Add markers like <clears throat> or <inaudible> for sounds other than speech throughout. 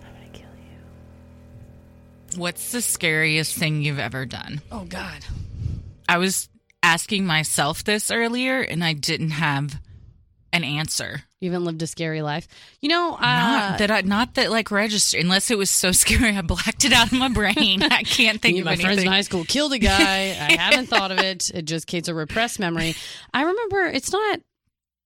I'm gonna kill you. What's the scariest thing you've ever done? Oh, God. I was asking myself this earlier and I didn't have an answer. You haven't lived a scary life. You know, uh, not that I not that like register unless it was so <laughs> scary I blacked it out of my brain. I can't think me and of my anything. friends in high school killed a guy. <laughs> I haven't thought of it. It just it's a repressed memory. I remember it's not.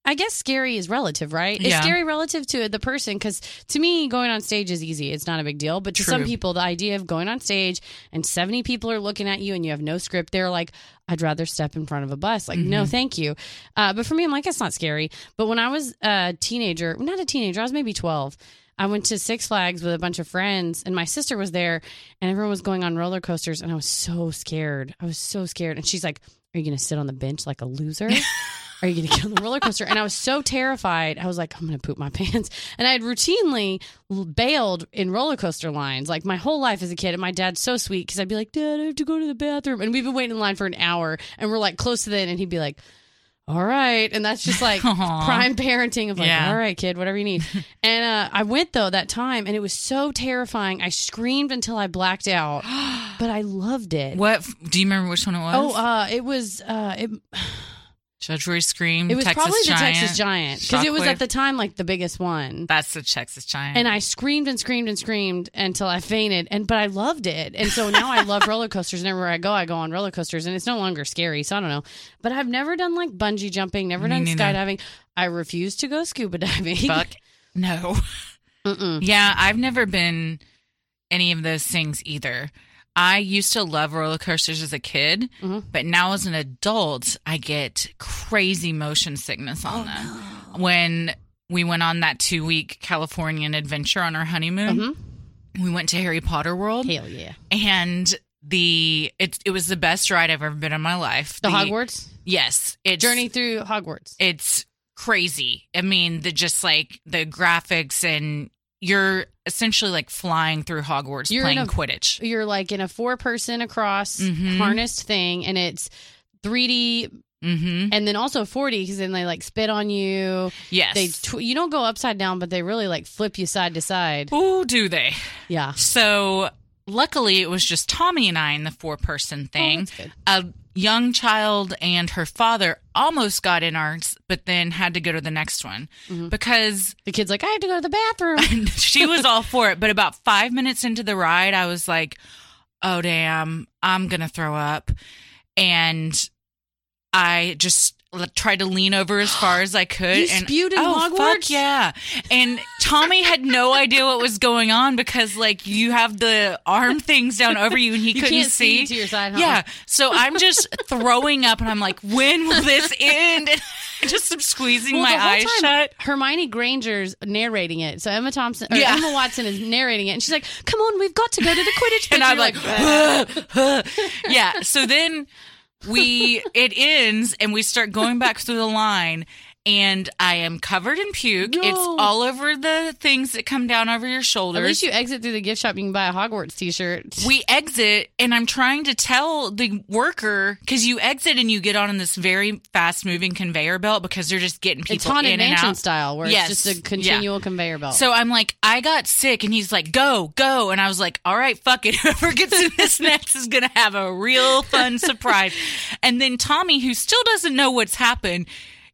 I guess scary is relative, right? It's Yeah. scary relative to the person because to me, going on stage is easy. It's not a big deal. But to some True. people, the idea of going on stage and 70 people are looking at you and you have no script, they're like, I'd rather step in front of a bus. Like, no, thank you. Uh, but for me, I'm like, it's not scary. But when I was a teenager, not a teenager, I was maybe 12. I went to Six Flags with a bunch of friends, and my sister was there, and everyone was going on roller coasters, and I was so scared. I was so scared. And she's like, Are you going to sit on the bench like a loser? Are you going to get on the roller coaster? And I was so terrified. I was like, I'm going to poop my <laughs> pants. And I had routinely l- bailed in roller coaster lines like my whole life as a kid. And my dad's so sweet because I'd be like, Dad, I have to go to the bathroom. And we've been waiting in line for an hour, and we're like close to the end, and he'd be like, all right. And that's just like <laughs> Aw. prime parenting of like, Yeah. all right, kid, whatever you <laughs> need. and uh, I went though that time and it was so terrifying. I screamed until I blacked <gasps> out, but I loved it. What f- do you remember which one it was? Oh, uh, it was uh, it, Judge Roy Scream. it was Mm, Texas probably Giant, the Texas Giant because it was Shockwave. at the time like the biggest one. That's the Texas Giant. And I screamed and screamed and screamed until I fainted, and but I loved it, and so now I <laughs> love roller coasters. And everywhere I go, I go on roller coasters, and it's no longer scary. So I don't know, but I've never done like bungee jumping, never Me done neither. skydiving. I refuse to go scuba diving. Fuck <laughs> no. Mm-mm. Yeah, I've never been any of those things either. I used to love roller coasters as a kid, Mhm. but now as an adult, I get crazy motion sickness on Oh, them. When we went on that two week Californian adventure on our honeymoon, Mhm. we went to Harry Potter World, <laughs> Hell yeah, and the it it was the best ride I've ever been in my life. the Hogwarts yes, it's journey through Hogwarts. it's crazy. I mean, the just like the graphics and you're essentially like flying through Hogwarts You're playing in a- Quidditch. You're like in a four person across Mhm. harnessed thing, and it's 3D, Mm-hmm. and then also 40 because then they like spit on you. Yes. They tw- you don't go upside down, but they really like flip you side to side. Ooh, do they? Yeah. So luckily, it was just Tommy and I in the four person Oh, thing. that's good. a young child and her father almost got in ours, but then had to go to the next one Mm-hmm. because The kid's like, I have to go to the <laughs> bathroom. she was all for it. But about five minutes into the ride, I was like, oh, damn, I'm going to throw up. And I just l- tried to lean over as far as <gasps> I could. You and, spewed in oh, Hogwarts? Fuck yeah. And Tommy had no idea what was going on because, like, you have the arm things down over you and he You couldn't can't see to your side, huh? Yeah. So I'm just throwing up and I'm like, when will this end? <laughs> And I just am squeezing Well, my the whole eyes time, shut. Hermione Granger's narrating it. So Emma Thompson or Yeah. Emma Watson is narrating it and she's like, Come on, we've got to go to the Quidditch. <laughs> and pitch." I'm You're like, yeah. So then we it ends, and we start going back through the line, and I am covered in puke. It's all over the things that come down over your shoulders. At least you exit through the gift shop. You can buy a Hogwarts T-shirt. we exit and i'm trying to tell the worker because you exit and you get on in this very fast moving conveyor belt because they're just getting people it's haunted in and mansion out style, where Yes. it's just a Yeah. continual conveyor belt. so i'm like i got sick and he's like go go and i was like all right fuck it <laughs> whoever gets in <laughs> this next is gonna have a real fun surprise and then tommy who still doesn't know what's happened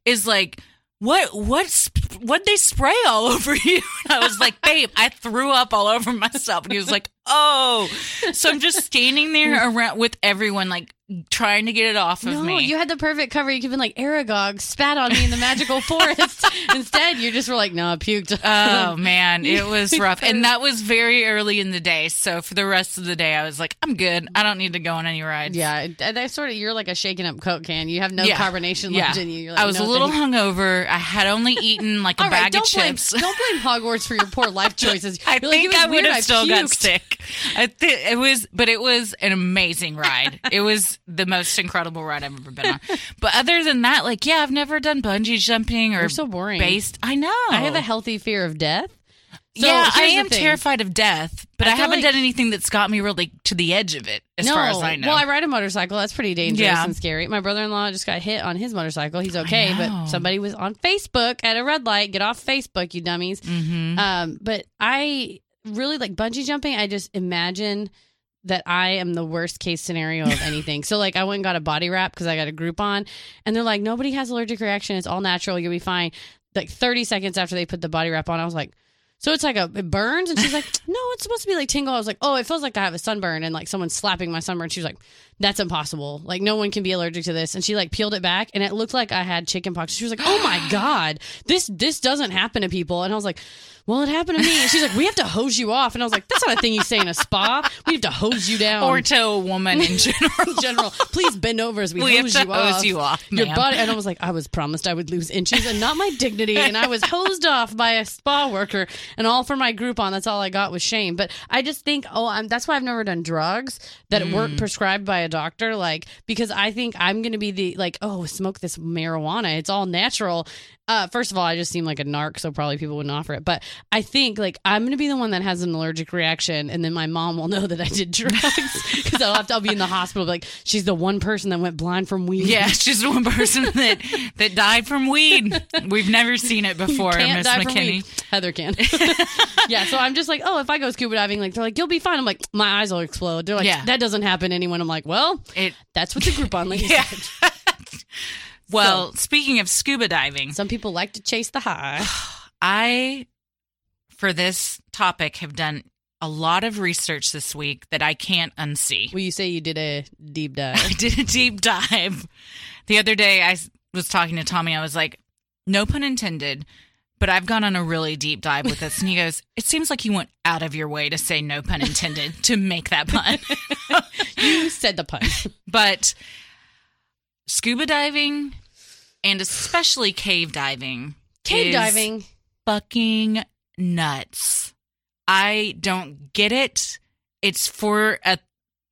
is like what what's what they spray all <laughs> over you? And I was like, babe, I threw up all over myself. And he was like, oh. So I'm just standing there around with everyone, like trying to get it off of no, me. you had the perfect cover. You could have been like Aragog spat on me in the <laughs> magical forest. <laughs> Instead, you just were like, no, I puked. oh man, it <laughs> was rough. And that was very early in the day. So for the rest of the day, I was like, I'm good. I don't need to go on any rides. yeah, it- that sort of you're like a shaken up Coke can. You have no Yeah. carbonation Yeah. left in you. You're like, I was no, a little thank you. hungover. I had only eaten like a All bag right, don't of chips. blame don't blame Hogwarts for your poor life choices. <laughs> I You're like, think it was I would weird, have still got puked. sick. I th- it was, but it was an amazing ride. it was the most incredible ride I've ever been on. But other than that, like, yeah, I've never done bungee jumping or You're so boring. Based, I know. I have a healthy fear of death. So yeah, I here's the am thing. terrified of death, but I I, feel haven't like- done anything that's got me really to the edge of it, as no. far as I know. Well, I ride a motorcycle. That's pretty dangerous Yeah. and scary. My brother in law just got hit on his motorcycle. He's okay, but know. somebody was on Facebook at a red light. Get off Facebook, you dummies. Mhm. Um, but I really like bungee jumping. I just imagine that I am the worst case scenario of anything. so like I went and got a body wrap because I got a group on, and they're like, nobody has allergic reaction. It's all natural. You'll be fine. Like 30 seconds after they put the body wrap on, I was like. So it's like a it burns, and she's like, "No, it's supposed to be like tingle." I was like, "Oh, it feels like I have a sunburn," and like someone's slapping my sunburn. She was like, "That's impossible. Like no one can be allergic to this." And she like peeled it back, and it looked like I had chickenpox. She was like, "Oh my god, this this doesn't happen to people." And I was like, "Well, it happened to me." And she's like, "We have to hose you off," and I was like, "That's not a thing you say in a spa. We have to hose you down." <laughs> or to a woman in general. in general, please bend over as we, We have hose, to you hose off. you off, Your ma'am. body, and I was like, I was promised I would lose inches and not my dignity, and I was hosed off by a spa worker, and all for my Groupon. That's all I got was shame. But I just think, oh, I'm, that's why I've never done drugs that weren't prescribed by a doctor, like because I think I'm going to be the like, oh, smoke this marijuana. It's all natural. Uh, first of all, I just seem like a narc, so probably people wouldn't offer it. But I think like I'm going to be the one that has an allergic reaction, and then my mom will know that I did drugs <laughs> because I'll have to I'll be in the hospital. Like she's the one person that went blind from weed. <laughs> yeah, it's just one person that that died from <laughs> weed. We've never seen it before, Miss die from McKinney. weed. Heather can. <laughs> yeah, so I'm just like, oh, if I go scuba diving, like they're like, you'll be fine. I'm like, my eyes will explode. They're like, Yeah. that doesn't happen to anyone. I'm like, well, It- that's what the Groupon <laughs> lady Yeah. said. Well, speaking of scuba diving, Some people like to chase the <sighs> high. I, for this topic, have done a lot of research this week that I can't unsee. Will you say you did a deep dive? <laughs> I did a deep dive the other day. I s- was talking to Tommy. I was like, no pun intended, but I've gone on a really deep dive with this. And he goes, it seems like you went out of your way to say no pun intended to make that pun. <laughs> you said the pun. but scuba diving and especially cave diving. <laughs> Cave is diving. fucking nuts. I don't get it. It's for a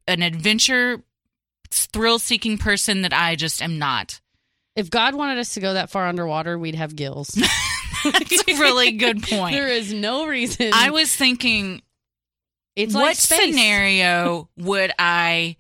an adventure thrill seeking person that I just am not. If God wanted us to go that far underwater, we'd have gills. That's a <laughs> really good point. <laughs> there is no reason. I was thinking It's what like space. scenario would I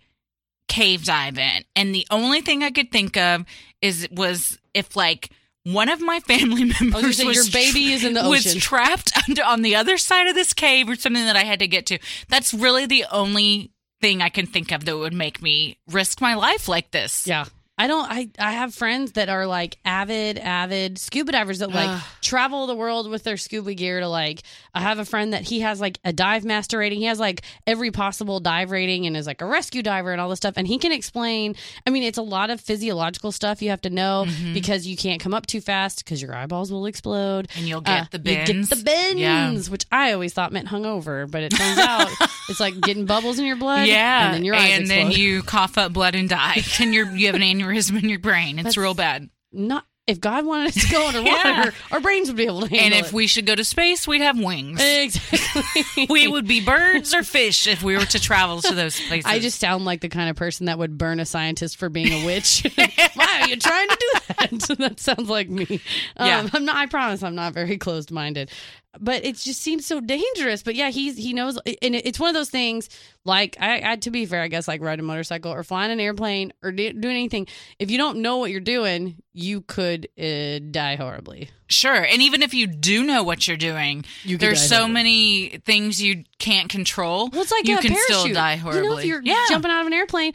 cave dive in? And the only thing I could think of is was if like one of my family <laughs> members gonna say, was your baby tra- is in the was ocean. trapped <laughs> under, on the other side of this cave or something that I had to get to. That's really the only thing I can think of that would make me risk my life like this. Yeah. I don't I I have friends that are like avid avid scuba divers that like Ugh. travel the world with their scuba gear to like I have a friend that he has like a dive master rating. He has like every possible dive rating and is like a rescue diver and all this stuff and he can explain I mean it's a lot of physiological stuff you have to know Mm-hmm. because you can't come up too fast cuz your eyeballs will explode Uh, And you'll get the bends. You get the bends, Yeah. which I always thought meant hungover, but it turns <laughs> out it's like getting bubbles in your blood Yeah, and then your eyes and then explode. <laughs> you cough up blood and die, and you you have an aneurysm in your brain. It's real bad. not if God wanted us to go underwater, <laughs> Yeah. our brains would be able to handle And if it. we should go to space, we'd have wings. <laughs> Eh, exactly, <laughs> we would be birds or fish if we were to travel to those <laughs> places. I just sound like the kind of person that would burn a scientist for being a witch. <laughs> Why are you trying to do that? <laughs> that sounds like me. Um, Yeah. I'm not. I promise, I'm not very closed minded. But it just seems so dangerous. But yeah, he's he knows, and it- it's one of those things. Like I, I, to be fair, I guess like riding a motorcycle or flying an airplane or do, doing anything. If you don't know what you're doing, you could uh, die horribly. Sure. And even if you do know what you're doing, You could there's die so horribly. many things you can't control. Well, it's like you a can parachute. still die horribly. You know, if you're yeah. jumping out of an airplane,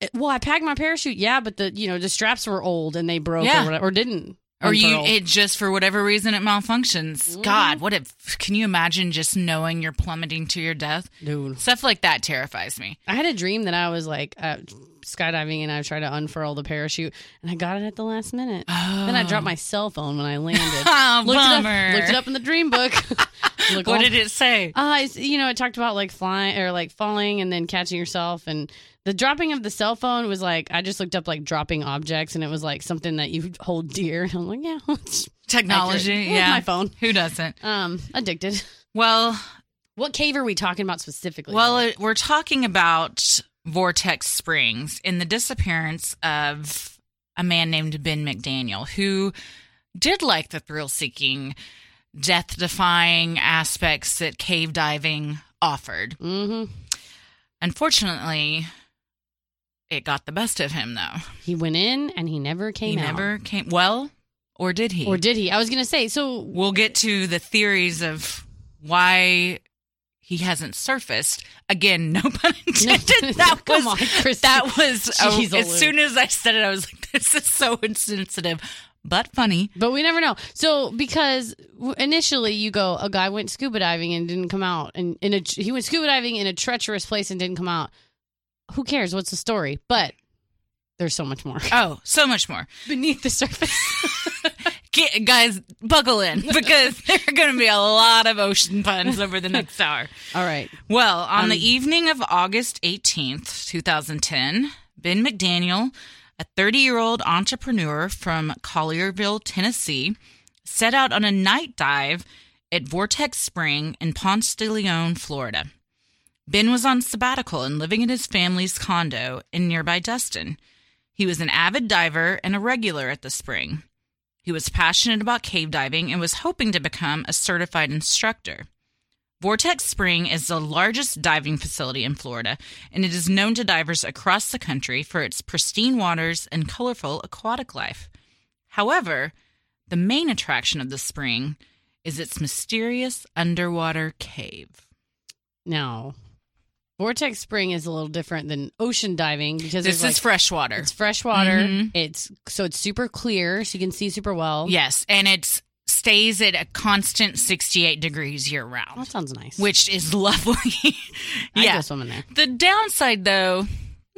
eh, well, I packed my parachute. Yeah, but the you know the straps were old and they broke Yeah. or, whatever, or didn't. or you unfurl. it just for whatever reason it malfunctions. Mm-hmm. God, what if can you imagine just knowing you're plummeting to your death? dude. Stuff like that terrifies me. I had a dream that I was like uh, skydiving and I tried to unfurl the parachute and I got it at the last minute. Then I dropped my cell phone when I <laughs> landed. Oh, looked, It bummer. up, looked it up in the dream <laughs> book. Look What all- did it say? Uh, it's- you know, it talked about like flying or like falling and then catching yourself. And the dropping of the cell phone was like, I just looked up like dropping objects and it was like something that you <laughs> hold dear. And I'm like, yeah, <laughs> it's Technology. accurate. Yeah. My phone. Who doesn't? Um, addicted. Well, What cave are we talking about specifically? well, it, we're talking about Vortex Springs and the disappearance of a man named Ben McDaniel who did like the thrill seeking, death defying aspects that cave diving offered. mm-hmm. Unfortunately, it got the best of him, though. he went in and he never came He out. never came. Well, or did he? Or did he? I was gonna say. So we'll get to the theories of why he hasn't surfaced. Again, <laughs> no pun <laughs> intended. that was Come on, Kristen. that was <laughs> oh, Jeez, as Lou. soon as I said it, I was like, <laughs> "This is so insensitive, but funny." But we never know. So because w- initially you go, a guy went scuba diving and didn't come out, and in a he went scuba diving in a treacherous place and didn't come out. Who cares? What's the story? But there's so much more <laughs> Oh, so much more beneath the <laughs> surface. get, guys. Buckle in <laughs> because there are going to be a lot of ocean puns over <laughs> the next hour. All right. Well, on the evening of August 18th, 2010, Ben McDaniel, a 30 year old entrepreneur from Collierville, Tennessee, set out on a night dive at Vortex Spring in Ponce de Leon, Florida. Ben was on sabbatical and living in his family's condo in nearby Destin. He was an avid diver and a regular at the spring. He was passionate about cave diving and was hoping to become a certified instructor. Vortex Spring is the largest diving facility in Florida, and it is known to divers across the country for its pristine waters and colorful aquatic life. However, the main attraction of the spring is its mysterious underwater cave. Now, vortex spring is a little different than ocean diving because This is there's, like, freshwater. It's fresh water. Mhm. It's so it's super clear, so you can see super well. Yes, and it stays at a constant 68 degrees year Well, round, Oh, that sounds nice. which is <laughs> lovely. I yeah. go swim in there. The downside though,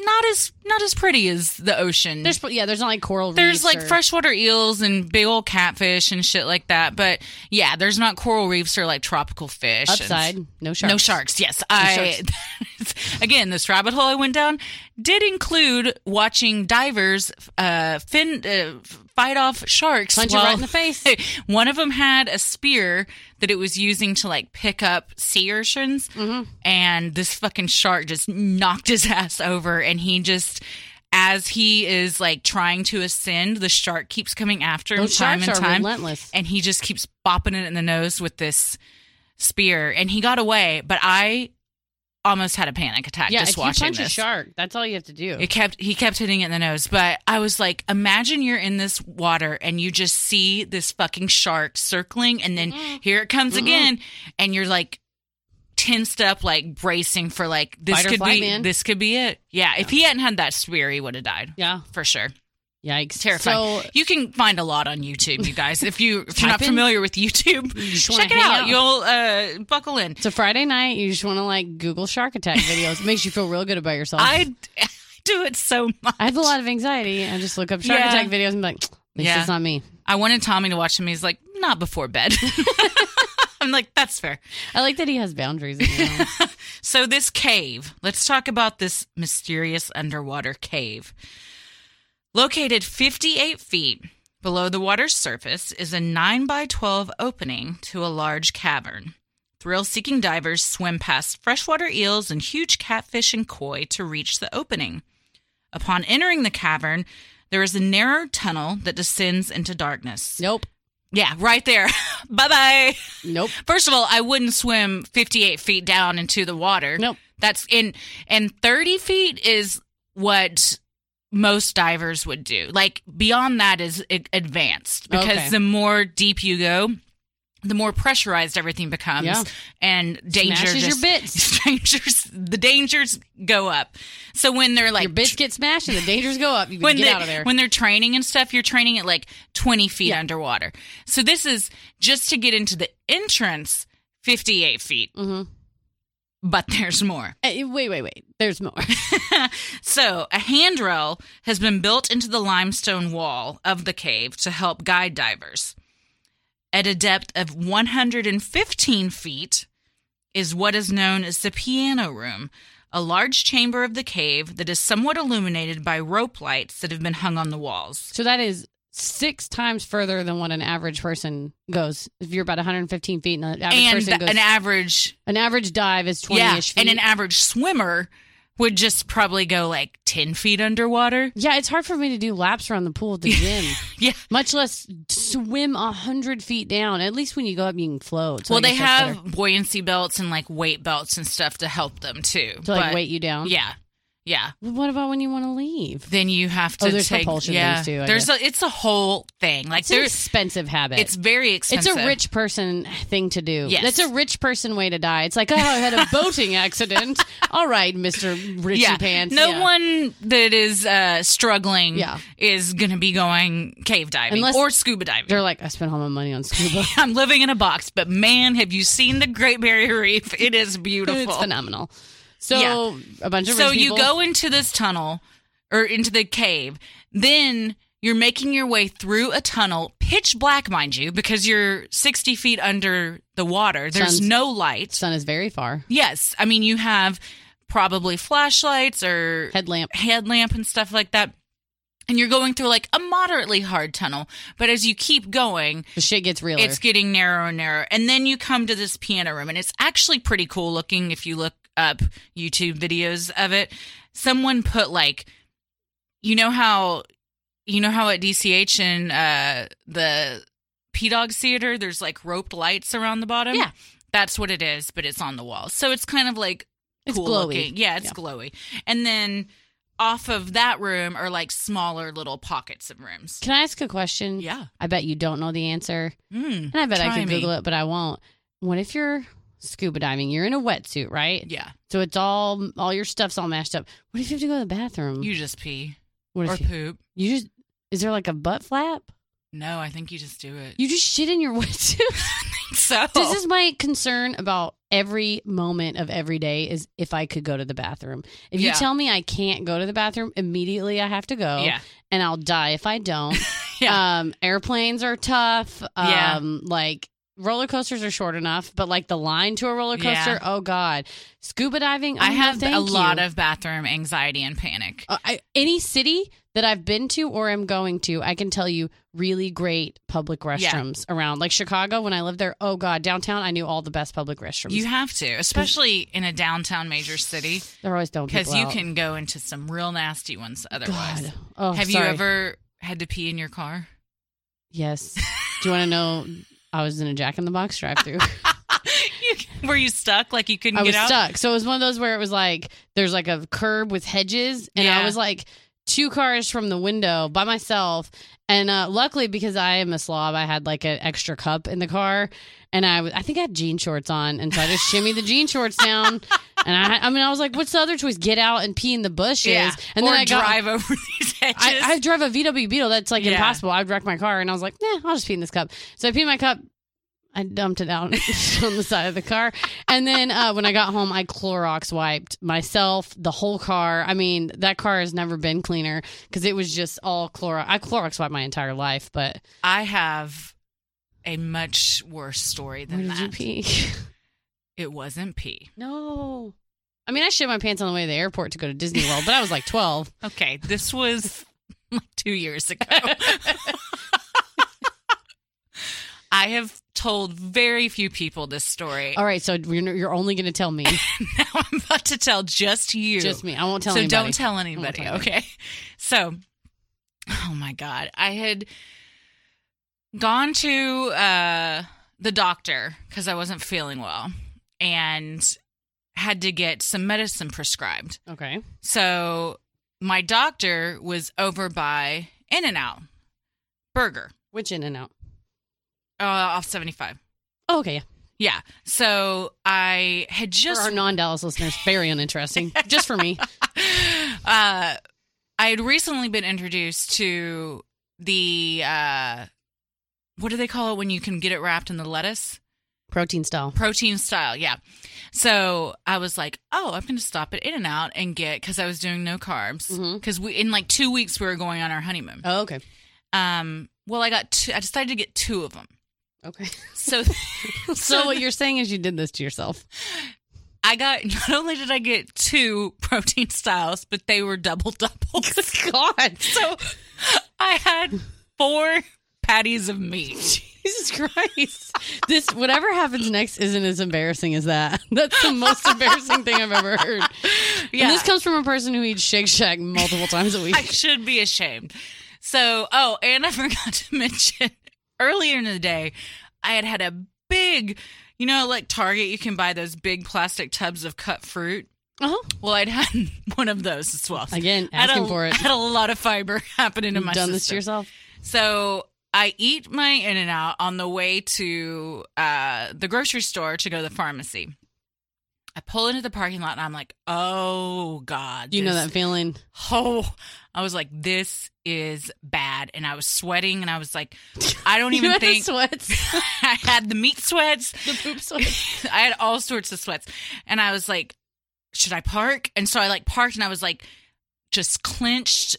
not as not as pretty as the ocean. There's yeah, there's not like coral. reefs There's like or- freshwater eels and big old catfish and shit like that. But yeah, there's not coral reefs or like tropical fish. and- upside, no sharks. No sharks. Yes, I. <laughs> again, this rabbit hole I went down did include watching divers uh, fin uh, fight off sharks. Punch you right in the face. <laughs> One of them had a spear that it was using to like pick up sea urchins, Mm-hmm. and this fucking shark just knocked his <laughs> ass over, and he just. As he is like trying to ascend, the shark keeps coming after him Those time and sharks are time, relentless. and he just keeps bopping it in the nose with this spear and he got away, but I almost had a panic attack Yeah, just if you watching punch a this. shark, that's all you have to do. It kept he kept hitting it in the nose, but I was like, imagine you're in this water and you just see this fucking shark circling and then Mm-hmm. here it comes again and you're like tensed up like bracing for like this Fight or could flight, be man. this could be it. Yeah, if he hadn't had that spear, he would have died. yeah, For sure. yikes! Terrifying. So you can find a lot on YouTube, you guys. If you if you're not Type in- familiar with YouTube, just wanna check it hang out. out. You'll uh, buckle in. it's a Friday night. You just want to like Google shark <laughs> attack videos. It makes you feel real good about yourself. I I do it so much. I have a lot of anxiety. I just look up shark Yeah. attack videos and be like, at least Yeah. it's not me. I wanted Tommy to watch him. He's like, not before bed. <laughs> I'm like, that's fair. I like that he has boundaries. in his <laughs> own. So this cave. Let's talk about this mysterious underwater cave. Located 58 feet Below the water's surface is a 9 by 12 opening to a large cavern. Thrill seeking divers swim past freshwater eels and huge catfish and koi to reach the opening. Upon entering the cavern, there is a narrow tunnel that descends into darkness. Nope. Yeah, right there. <laughs> bye bye. Nope. First of all, I wouldn't swim 58 feet down into the water. Nope. That's in, and 30 feet is what most divers would do. Like beyond that is a- advanced because Okay. the more deep you go, the more pressurized everything becomes Yeah. and danger Smashes your just- bits. <laughs> dangers, the dangers go up. So when they're like Your bits get smashed and the dangers go up. You can when get they, out of there. when they're training and stuff, you're training at like 20 feet underwater. So this is just to get into the entrance, 58 feet. Mm-hmm. But there's more. Eh, wait, wait, wait. There's <laughs> more. So a handrail has been built into the limestone wall of the cave to help guide divers. At a depth of 115 feet is what is known as the piano room, a large chamber of the cave that is somewhat illuminated by rope lights that have been hung on the walls. So that is six times further than what an average person goes. If you're about 115 feet, and an average and person the- goes, an an, average average dive is 20ish yeah, feet. and an average swimmer would just probably go like 10 feet underwater <laughs> yeah, it's hard for me to do laps around the pool at the gym. yeah Much less swim a hundred feet down. At least when you go up, you can float. So I well they guess that's have better. buoyancy belts and like weight belts and stuff to help them too to like But- weight you down. yeah yeah What about when you want to leave? then you have to Oh, there's take propulsion yeah things, too, I there's guess. a it's a whole thing like It's an there's expensive habit. it's very expensive It's a rich person thing to do. Yes. That's a rich person way to die. It's like, oh, I had a <laughs> boating accident. All right, Mr. Richie yeah. Pants. No Yeah. one that is uh, struggling Yeah. is going to be going cave diving Unless- or scuba diving. They're like, I spent all my money on scuba. I'm living in a box, but man, have you seen the Great Barrier Reef? It is <laughs> beautiful. it's phenomenal. So Yeah. a bunch of so rich you people- go into this tunnel or into the cave, then you're making your way through a tunnel, pitch black, mind you, because you're 60 feet under the water. There's Sun's- no light. Sun is very far. Yes, I mean you have probably flashlights or Headlamp. headlamp and stuff like that. And you're going through like a moderately hard tunnel, but as you keep going, The shit gets realer. it's getting narrower and narrower. And then you come to this piano room, and it's actually pretty cool looking if you look up YouTube videos of it. Someone put like, you know how, you know how at DCH and uh, the P Dog Theater, there's like roped lights around the bottom. Yeah. that's what it is, but it's on the wall, so it's kind of like It's cool glowy. looking. Yeah, it's Yeah. glowy. And then off of that room are like smaller little pockets of rooms. Can I ask a question? Yeah. I bet you don't know the answer. Mm, And I bet I Try could me. Google it, but I won't. What if you're scuba diving? You're in a wetsuit, right? yeah, So it's all all your stuff's all mashed up. What if you have to go to the bathroom? you just pee what or if you, poop. you just is there like a butt flap? No, I think you just do it. You just shit in your <laughs> wetsuit. <laughs> so This is my concern about every moment of every day is if I could go to the bathroom. If Yeah. you tell me I can't go to the bathroom, immediately I have to go. Yeah. And I'll die if I <laughs> don't. Um airplanes are tough. Um Yeah. like roller coasters are short enough, but like the line to a roller Yeah. coaster, oh God. Scuba diving, oh, I no, have thank a you. lot of bathroom anxiety and panic. Uh, I, any city that I've been to or am going to, I can tell you really great public restrooms around. Like Chicago, when I lived there, oh god, downtown, I knew all the best public restrooms. You have to, especially in a downtown major city, They're always don't because you can go into some real nasty ones otherwise. God. Oh, have sorry. you ever had to pee in your car? <laughs> Yes. Do you want to know? I was in a Jack in the Box drive-through. <laughs> You- Were you stuck? Like you couldn't I get was out? stuck, so it was one of those where it was like there's like a curb with hedges, and Yeah. I was like two cars from the window by myself. And uh, luckily, because I am a slob, I had like an extra cup in the car, and I was I think I had jean shorts on, and so I just shimmy the jean shorts <laughs> down. And I, I mean, I was like, "What's the other choice? Get out and pee in the bushes." Yeah. And or then I got, drive over <laughs> these hedges. I, I drive a VW Beetle. That's like Yeah. impossible. I'd wreck my car. And I was like, nah, I'll just pee in this cup. So I pee in my cup. I dumped it out <laughs> on the side of the car. And then uh, when I got home, I Clorox wiped myself, the whole car. I mean, that car has never been cleaner because it was just all Clorox. I Clorox wiped my entire life, but I have a much worse story where than did that. you pee? <laughs> It wasn't pee. no. I mean, I shit my pants on the way to the airport to go to Disney World, but I was like 12. <laughs> <laughs> Okay, this was like two years ago. I have told very few people this story. All right, so you're, you're only going to tell <laughs> me, Now I'm about to tell just you. just me. I won't tell so anybody. don't tell anybody, tell anybody. okay? So, oh my God, I had gone to uh, the doctor because I wasn't feeling well and had to get some medicine prescribed. Okay. So my doctor was over by In and Out Burger Which in and out? uh, off 75. Oh, okay. yeah. Yeah. So I had For just our non-Dallas listeners, very <laughs> uninteresting. just for me. <gasps> uh, I had recently been introduced to the uh, what do they call it when you can get it wrapped in the lettuce? Protein style. Protein style, yeah. So I was like, oh, I'm going to stop at In and Out and get because I was doing no carbs Mhm. because we in like two weeks we were going on our honeymoon. Oh, okay. Um, well, I got two, I decided to get two of them. Okay. So, <laughs> <laughs> So what you're saying is you did this to yourself. I got not only did I get two protein styles, but they were <laughs> double doubles. <laughs> God. So I had four patties of meat. Jesus Christ. This whatever happens next isn't as embarrassing as that. <laughs> That's the most embarrassing thing I've ever heard. Yeah. Yeah. And this comes from a person who eats Shake Shack multiple <laughs> times a week. I should be ashamed. So, oh, and I <laughs> forgot to mention earlier in the day, I had had a big, you know, like Target, you can buy those big plastic tubs of cut fruit. Uh-huh. Well, I'd had <laughs> one of those as well. Again, I had asking a- for it. I had a lot of fiber <laughs> happening in You've my done this to system. yourself. So I eat my In and Out on the way to uh, the grocery store to go to the pharmacy. I pull into the parking lot and I'm like, oh God. You know this- <laughs> that feeling. Oh, I was like, this is bad. And I was sweating and I was like, I <laughs> don't you even had the <laughs> think sweats. <laughs> I had the meat sweats. <laughs> the poop sweats. <laughs> I had all sorts of sweats. And I was like, should I park? And so I like parked and I was like, just clenched.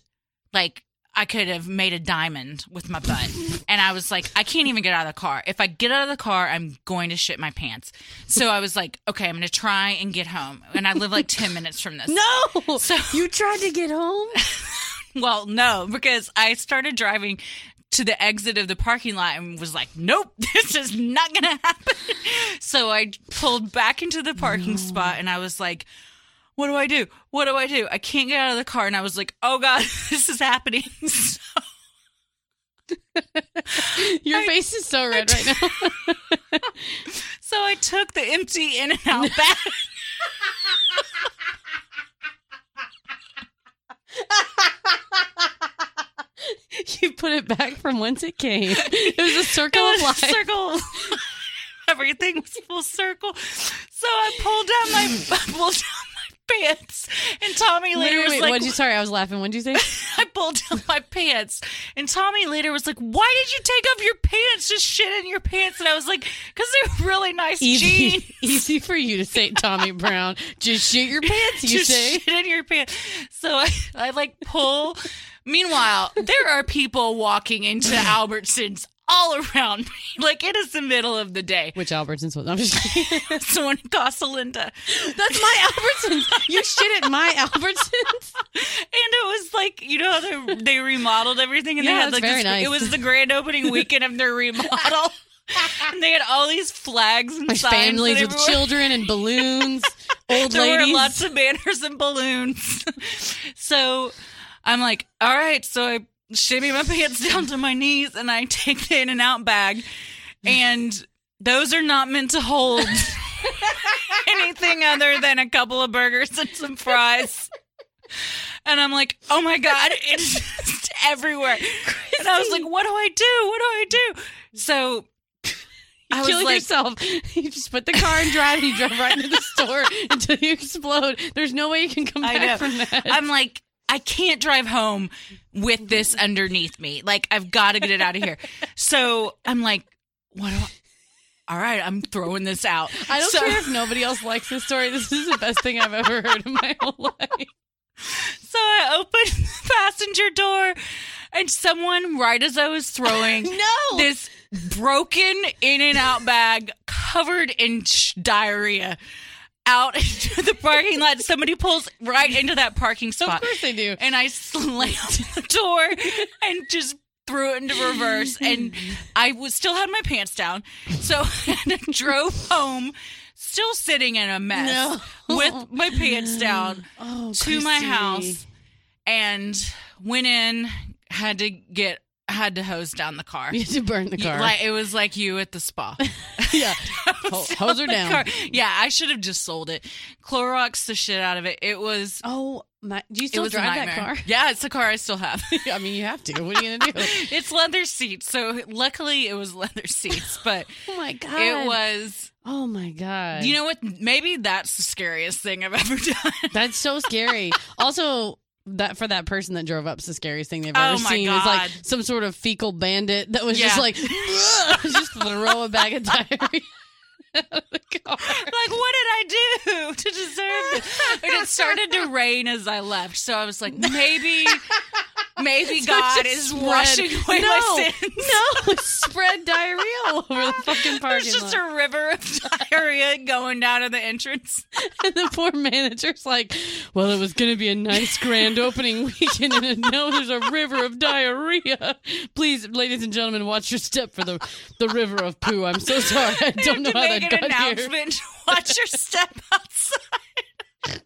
Like I could have made a diamond with my butt. <laughs> and I was like, I can't even get out of the car. If I get out of the car, I'm going to shit my pants. So I was like, okay, I'm going to try and get home. And I live <laughs> like 10 minutes from this. No. So- <laughs> you tried to get home? <laughs> Well, no, because I started driving to the exit of the parking lot and was like, nope, <laughs> this is not going to happen. So I pulled back into the parking spot and I was like, what do I do? What do I do? I can't get out of the car. And I was like, oh God, <laughs> this is happening. <laughs> So Your face is <laughs> so red right now. So I took the empty in and out <laughs> bag. you put it back from whence it <laughs> came. It was a circle It of was life. a circle. <laughs> Everything was full circle. So I pulled down my <laughs> I pulled down my pants, and Tommy Wait, later wait, was wait, like, what'd you? Sorry, I was laughing. What'd you say? <laughs> I pulled down my pants, and Tommy later was like, "Why did you take off your pants? Just shit in your pants." And I was like, "Cause they're really nice jeans." Easy, <laughs> easy for you to say, Tommy Brown. Just shoot your pants. You Just say shit in your pants. So I, I like pull. Meanwhile, there are people walking into <laughs> Albertsons all around me. <laughs> Like it is the middle of the day. <laughs> which Albertsons was? I'm just kidding. Someone cost Linda. That's <laughs> my Albertsons. You shit at my Albertsons. And it was like, you know, how they, they remodeled everything and Yeah, they had that's like very this, nice. it was the grand opening weekend of <laughs> their remodel. and they had all these flags and My <laughs> signs and families with everywhere. children and <laughs> balloons, old There ladies. were lots of banners and balloons. <laughs> so I'm like, all right, so I shimmy my <laughs> pants down to my knees and I take the in and out bag. And those are not meant to hold <laughs> anything other than a couple of burgers and some fries. And I'm like, oh my God, it's just everywhere. And I was like, what do I do? What do I do? So I was Kill like, yourself. <laughs> You just put the car and drive. and You drive right into the store until you explode. There's no way you can come <laughs> I back know. from that. I'm like, I can't drive home with this underneath me. Like, I've got to get it out of here. So I'm like, what? Do I- All right, I'm throwing this out. I don't so, care if nobody else likes this story. This is the best thing I've ever heard in my whole life. So I opened <laughs> the passenger door, and someone, right as I was throwing No. this broken in and out bag covered in sh- diarrhea out <laughs> into the parking lot, somebody pulls right into that parking spot. Of course they do. and I slammed the door and just threw it into reverse, and I was still had my pants down. So <laughs> I drove home, still sitting in a mess with my pants down Oh, to my Christy. house, and went in. Had to get had to hose down the <laughs> car. You had to burn the car. Like it was like you at the spa. yeah. <laughs> Ho- <laughs> hose her <laughs> The down. car- Yeah, I should have just sold it. Clorox the shit out of it. It was Oh, my. Do you it still was a drive that <laughs> nightmare. car? Yeah, it's a car I still have. <laughs> I mean, you have to. What are you going to do? it's leather seats, so luckily it was leather seats, <laughs> but <laughs> Oh, my God. it was. Oh, my God. You know what? Maybe that's the scariest thing I've ever <laughs> done. That's so <laughs> scary. also, that for that person that drove up is the scariest thing they've Oh ever my seen. It's like God. some sort of fecal bandit that was just Yeah. like <laughs> just throw a bag of diarrhea. <laughs> out of the car. like, what did I do <laughs> to deserve this? And it started to rain as I left, so I was like, maybe, <laughs> maybe God Just is spread- washing away no, my sins. No, <laughs> spread diarrhea all over the <laughs> fucking parking There's just lot. a river of <laughs> diarrhea going down to the entrance. and the poor manager's like, "Well, it was going to be a nice grand opening weekend, and now there's a river of diarrhea. Please, ladies and gentlemen, watch your step for the the river of poo. I'm so sorry. I <laughs> don't know to how that make an got here. announcement. <laughs> Watch your step outside.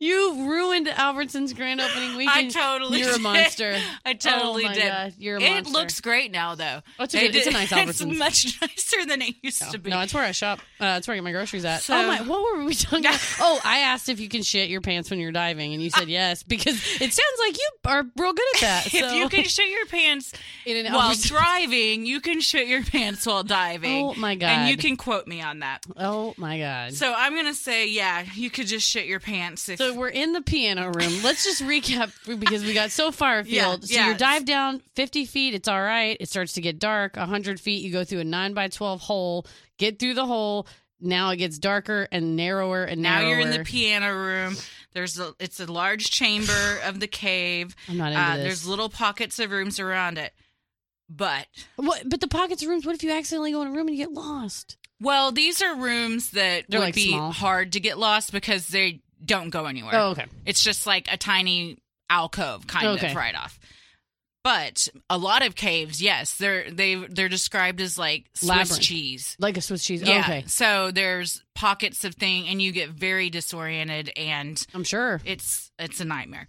You ruined Albertson's grand opening I weekend. totally You're a did. monster. I totally Oh my did. God, you're a it monster. looks great now, though. Oh, it's a They good- it's a did- nice <laughs> It's Albertsons. much nicer than it used to be. No, it's where I shop. Uh, it's where I get my groceries at. So- oh my! What were we talking <laughs> about? oh, I asked if you can shit your pants when you're diving, and you said yes because it sounds like you are real good at that. <laughs> if so- you can shit <laughs> your pants In an while Albertsons. driving, you can shit your pants while diving. Oh, my God. And you can quote me on that. oh my god! So I'm gonna say, yeah, you could just shit your pants if So we're in the piano room. Let's just recap <laughs> because we got so far afield. Yeah, so yeah. you dive down 50 feet. It's all right. It starts to get dark. 100 feet, you go through a 9 by 12 hole, get through the hole. Now it gets darker and narrower and Now narrower. you're in the piano room. There's a, it's a large chamber of the cave. I'm not into uh, this. There's little pockets of rooms around it. But What, but the pockets of rooms, what if you accidentally go in a room and you get lost? well, these are rooms that They're, would like, be small. hard to get lost because they don't go anywhere. Oh, okay. It's just like a tiny alcove kind Okay. of right off. But a lot of caves, yes, they're they they're described as like Swiss Labyrinth. cheese. Like a Swiss cheese. Yeah. Okay. So there's pockets of thing and you get very disoriented and I'm sure. it's it's a nightmare.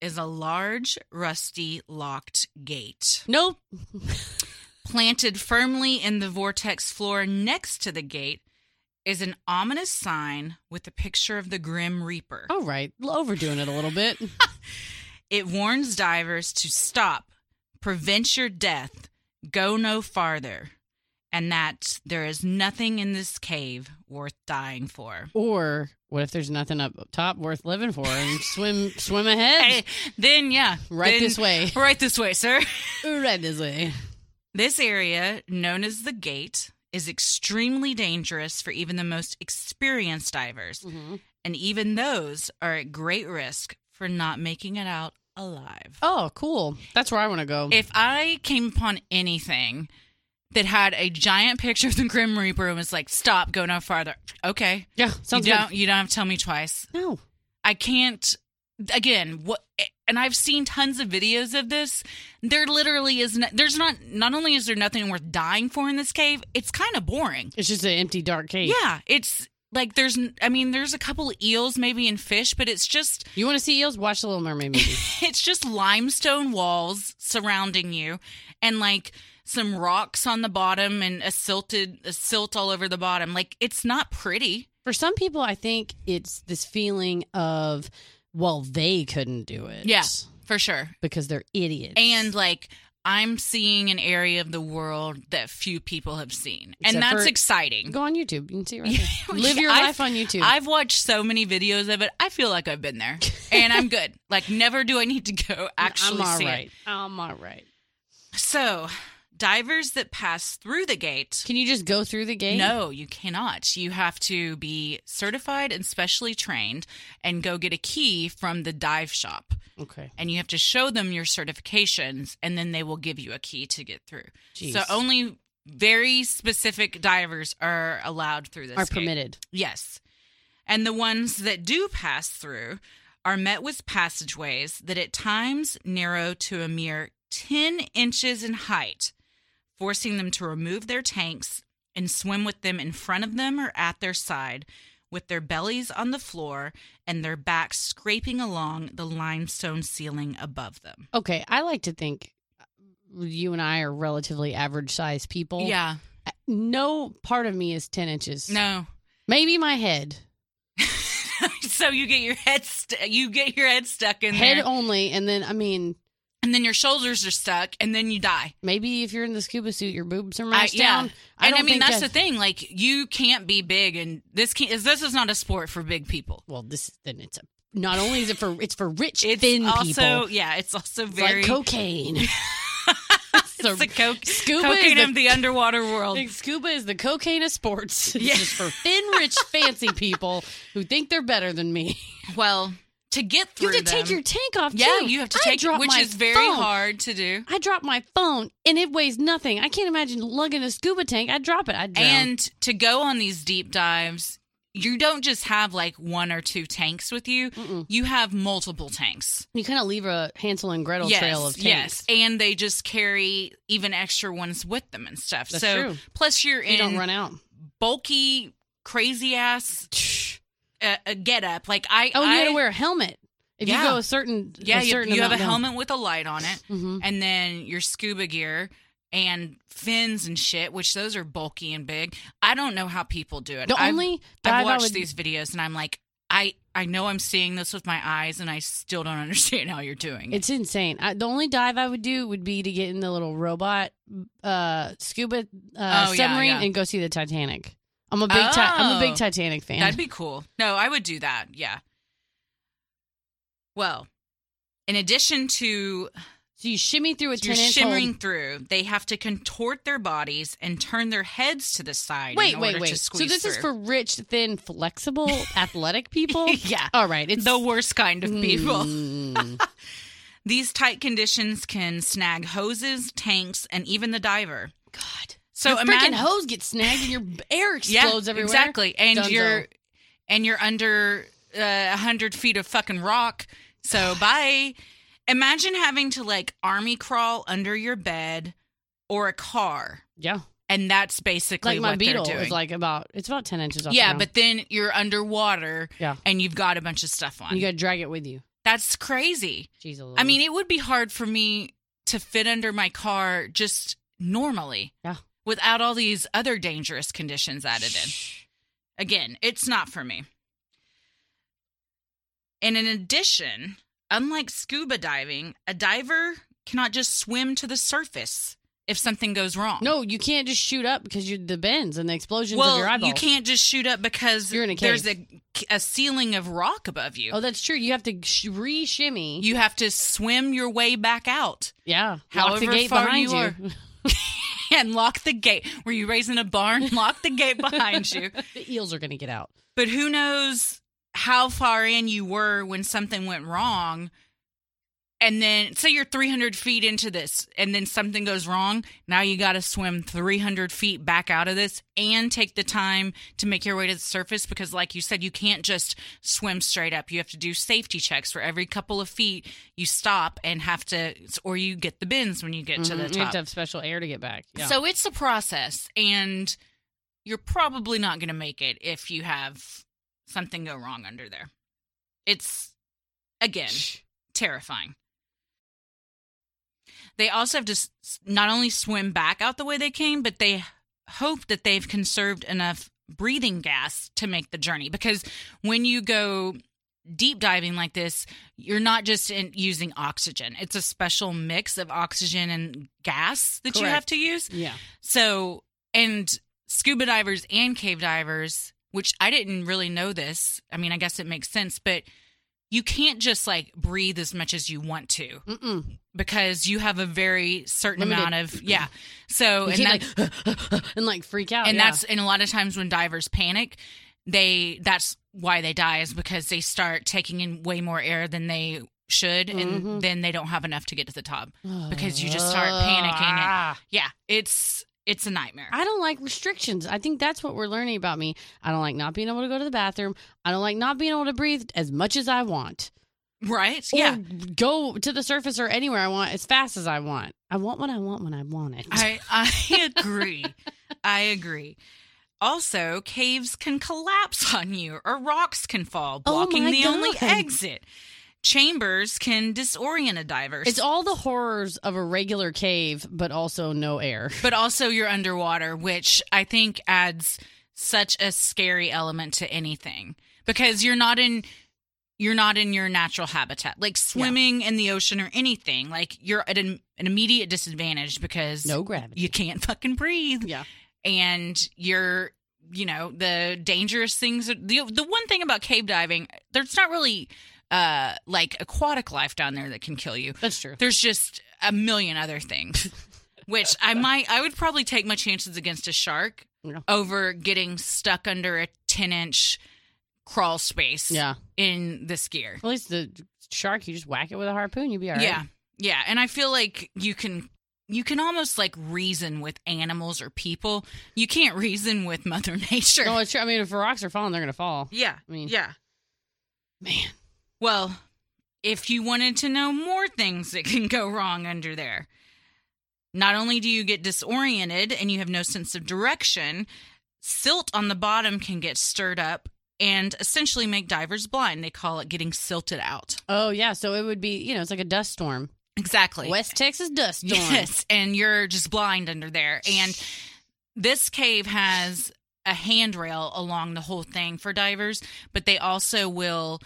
is a large, rusty, locked gate. Nope. Planted firmly in the vortex floor next to the gate is an ominous sign with a picture of the Grim Reaper. All right. Overdoing it a little <laughs> bit. It warns divers to stop, prevent your death, go no farther, and that there is nothing in this cave worth dying for. or what if there's nothing up top worth living for and swim swim ahead? Hey, then, yeah. Right then- this way. Right this way, sir. Right this way. This area, known as the Gate, is extremely dangerous for even the most experienced divers, Mm-hmm. and even those are at great risk for not making it out alive. Oh, cool. That's where I want to go. If I came upon anything that had a giant picture of the Grim Reaper and was like, "Stop, go no farther," okay, yeah, you sounds don't good. you don't have to tell me twice. No. I can't. Again, what? And I've seen tons of videos of this. There literally is. No, there's not. Not only is there nothing worth dying for in this cave, it's kind of boring. It's just an empty dark cave. Yeah, it's like there's n- I mean there's a couple eels maybe in fish, but it's just <laughs> You want to see eels? Watch the Little Mermaid <laughs> movie. it's just limestone walls surrounding you and like some rocks on the bottom and a silted a silt all over the bottom. Like it's not pretty. For some people, I think it's this feeling of, well, they couldn't do it. Yeah, for sure. Because they're idiots. And like I'm seeing an area of the world that few people have seen. Except and that's for- exciting. go on YouTube. You can see it <laughs> right there. Live your I've- life on YouTube. I've watched so many videos of it. I feel like I've <laughs> been there. and I'm good. Like never do I need to go actually I'm all see it. right. I'm all right. So, divers that pass through the gate. Can you just go through the gate? No, you cannot. You have to be certified and specially trained and go get a key from the dive shop. Okay. And you have to show them your certifications and then they will give you a key to get through. Jeez. So, only very specific divers are allowed through this Are gate. permitted. Yes. And the ones that do pass through are met with passageways that at times narrow to a mere 10 inches in height, forcing them to remove their tanks and swim with them in front of them or at their side, with their bellies on the floor and their backs scraping along the limestone ceiling above them. Okay. I like to think uh, you and I are relatively average sized people. Yeah. No part of me is 10 inches. No. <laughs> Maybe my head. so you get your head st- you get your head stuck in Head there only. And then, I mean, and then your shoulders are stuck and then you die. maybe if you're in the scuba suit, your boobs are mashed I- yeah. down. I and don't I mean think that's the thing. Like you can't be big, and this can is this is not a sport for big people. Well, this is then it's a, not only is it for, it's for rich, It's thin also people. yeah, it's also It's very like <laughs> cocaine. it's the coke, scuba is cocaine the- of the underwater world. Like, scuba is the cocaine of sports. It's Yeah. just for thin, rich, fancy people who think they're better than <laughs> me. Well, to get through, You have to take them- your tank off. yeah, too. you have to I take, dropped which my is very phone. hard to do. I dropped my phone and it weighs nothing. I can't imagine lugging a scuba tank. I'd drop it. I'd drown. And to go on these deep dives, you don't just have like one or two tanks with you. You have multiple tanks. you kind of leave a Hansel and Gretel trail of tanks. Yes, and they just carry even extra ones with them and stuff. That's so true. plus you're in You don't run out. bulky, crazy ass <sniffs> uh, uh, get up. Like I, Oh, I, you got to wear a helmet if you Yeah. go a certain. Yeah, a you, certain you have a amount down. helmet with a light on it, Mhm. and then your scuba gear and fins and shit, which those are bulky and big. I don't know how people do it. The I've- only dive I I've watched would- these videos, and I'm like, I. I know I'm seeing this with my eyes, and I still don't <laughs> understand how you're doing it. It's insane. I, the only dive I would do would be to get in the little robot uh, scuba uh, Oh, yeah, submarine yeah. and go see the Titanic. I'm a big ti- I'm a Oh. big Titanic fan. That'd be cool. No, I would do that. Yeah. Well, in addition to so you shimmy through a you're 10 inch shimmering hole. through, they have to contort their bodies and turn their heads to the side. Wait, in wait, order wait. To So squeeze this is for through. rich, thin, <laughs> flexible, athletic people. Yeah. All right. It's the worst kind of people. Mm. <laughs> <laughs> These tight conditions can snag hoses, tanks, and so even the diver. God. So your imagine freaking hose gets snagged and your air yeah, explodes everywhere. exactly, and Dunzo. you're and you're under uh, a hundred feet of fucking rock. <sighs> So bye. Imagine having to like army crawl under your bed or a car, yeah, and that's basically like my what beetle they're doing. is like about it's about ten inches off. the yeah, ground. but then you're underwater, Yeah. and you've got a bunch of stuff on. you got to drag it with you. that's crazy. Jeez, I mean, it would be hard for me to fit under my car just normally yeah. without all these other dangerous conditions added in. Again, it's not for me. And in addition, unlike scuba diving, a diver cannot just swim to the surface if something goes wrong. No, you can't just shoot up because you the bends and the explosions of your well, eyeballs. you can't just shoot up because You're in a there's a, a ceiling of rock above you. Oh, that's true. You have to sh- re shimmy. you have to swim your way back out. yeah. Lock the however gate far behind you are. and lock the gate. Were you raising a barn? <laughs> Lock the gate behind you. <laughs> the eels are going to get out. But who knows how far in you were when something went wrong. And then, say you're 300 feet into this, and then something goes wrong. Now you got to swim 300 feet back out of this and take the time to make your way to the surface because, like you said, you can't just swim straight up. You have to do safety checks for every couple of feet. You stop and have to, or you get the bins when Mm, Mm-hmm. you get to the Mhm. top. You have to have special air to get back. Yeah. So it's a process, and you're probably not going to make it if you have something go wrong under there. It's again terrifying. They also have to s- not only swim back out the way they came, but they hope that they've conserved enough breathing gas to make the journey because when you go deep diving like this, you're not just in, using oxygen. It's a special mix of oxygen and gas that you Correct. have to use. Yeah. So, and scuba divers and cave divers, which I didn't really know this. I mean, I guess it makes sense, but you can't just like breathe as much as you want to Mm-mm. because you have a very certain Limited. amount <clears throat> of yeah. So You and can't, that, like, <laughs> and like freak out. Oh, and yeah. that's and a lot of times when divers panic, they that's why they die is because they start taking in way more air than they should Mm-hmm. and then they don't have enough to get to the top because you just start panicking. And, Ah. yeah, it's it's a nightmare. I don't like restrictions. I think that's what we're learning about me. I don't like not being able to go to the bathroom. I don't like not being able to breathe as much as I want. right? Or yeah. go to the surface or anywhere I want as fast as I want. I want what I want when I want it. I I agree. I agree. Also, caves can collapse on you or rocks can fall, Oh blocking my the only God. exit. Chambers can disorient a diver. it's all the horrors of a regular cave, but also no air. <laughs> but also you're underwater, which I think adds such a scary element to anything because you're not in you're not in your natural habitat. Like swimming in the ocean or anything, like you're at an, an immediate disadvantage because No gravity. You can't fucking breathe. Yeah. and you're you know the dangerous things the the one thing about cave diving there's not really uh like aquatic life down there that can kill you That's true. there's just a million <laughs> other things which i might i would probably take my chances against a shark Yeah. over getting stuck under a 10 inch crawl space Yeah. in this gear At least the shark, you just whack it with a harpoon, you'd be all right. yeah yeah and i feel like you can you can almost like reason with animals or people you can't reason with mother <laughs> nature No, it's true. I mean, if the rocks are falling, they're going to fall. Yeah. I mean- yeah. Man. Well, if you wanted to know more things that can go wrong under there, not only do you get disoriented and you have no sense of direction, silt on the bottom can get stirred up and essentially make divers blind. They call it getting silted out. Oh, yeah. So it would be, you know, it's like a dust storm. Exactly. West Texas dust <laughs> storm. Yes, and you're just blind under there. And this cave has a handrail along the whole thing for divers, but they also will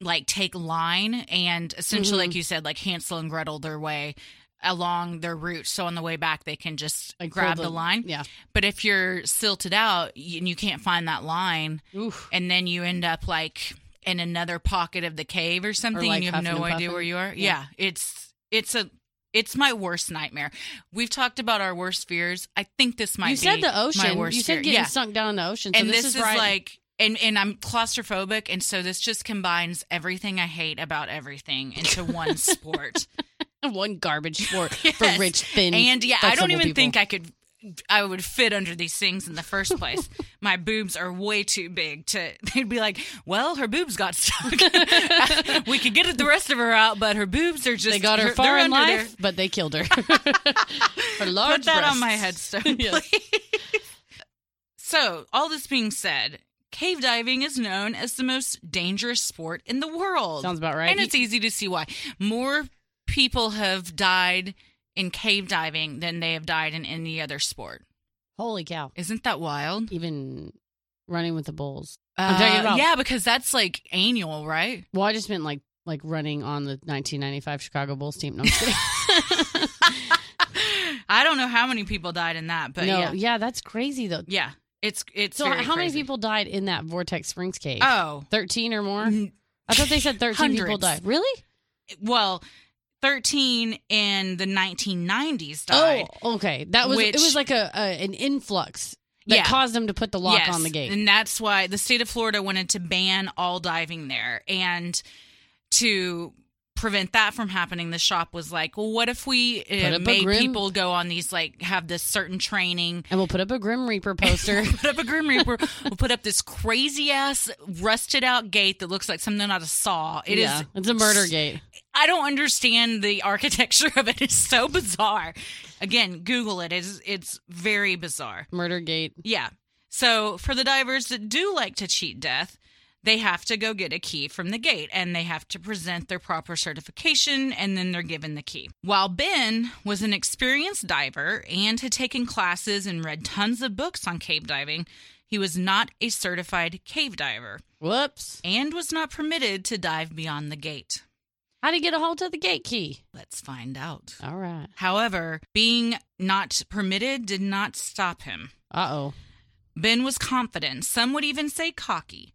like take line and essentially, Mm-hmm. like you said, like Hansel and Gretel their way along their route. So on the way back, they can just Like grab pull the line. Yeah. But if you're silted out y- and you can't find that line, <laughs> Oof. and then you end up like in another pocket of the cave or something, like and you have huffing no and idea puffing. where you are. Yeah. Yeah. it's it's a it's my worst nightmare. We've talked about our worst fears. I think this might You be said the ocean. My worst You said fear. getting yeah. sunk down in the ocean. So and this, right- like and and I'm claustrophobic, and so this just combines everything I hate about everything into <laughs> one sport. <laughs> one <laughs> garbage sport Yes. for rich, thin, and yeah, I don't flexible even people. think I could. I would fit under these things in the first place. <laughs> My boobs are way too big to. <laughs> They'd be like, "Well, her boobs got stuck. <laughs> we could get the rest of her out, but her boobs are just they got her they're far in under life, there." but they killed <laughs> her. her large Put that on my breasts. headstone, <laughs> <laughs> Yes. please. so, all this being said, cave diving is known as the most dangerous sport in the world. Sounds about right. And it's easy to see why. More people have died in cave diving than they have died in any other sport. Holy cow! Isn't that wild? Even running with the bulls. I'm talking Uh, about- yeah, because that's like annual, right? Well, I just meant like like running on the 1995 Chicago Bulls team. No, <laughs> I'm just kidding. I don't know how many people died in that, but no, yeah. yeah. that's crazy though. It's it's So, very how many crazy. people died in that Vortex Springs cave? Oh. Mm-hmm. 13 or more. I thought they said 13 people Hundreds. died. Really? well, 13 in the 1990s died. Oh, okay. That was Which- it. Was like a, a an influx that Yeah. caused them to put the lock Yes, on the gate. And that's why the state of Florida wanted to ban all diving there and to prevent that from happening, the shop was like, well, what if we up uh, a made grim- people go on these, like, have this certain training? <laughs> And we'll put up a Grim Reaper poster. Put up a Grim <laughs> Reaper. we'll put up this crazy ass rusted out gate that looks like something out of Saw. <laughs> It is. yeah, it's a murder gate. I don't understand the <laughs> architecture of it. It's so bizarre. Again, Google it. It's it's very bizarre. Murder gate. Yeah. So for the divers that do like to cheat death, they have to go get a key from the gate and they have to present their proper certification and then they're given the key. While Ben was an experienced diver and had taken classes and read tons of books on cave diving, he was not a certified cave diver Whoops. and was not permitted to dive beyond the gate. How do you get a hold of the gate key? Let's find out. All right. However, being not permitted did not stop him. Uh oh. Ben was confident, some would even say cocky,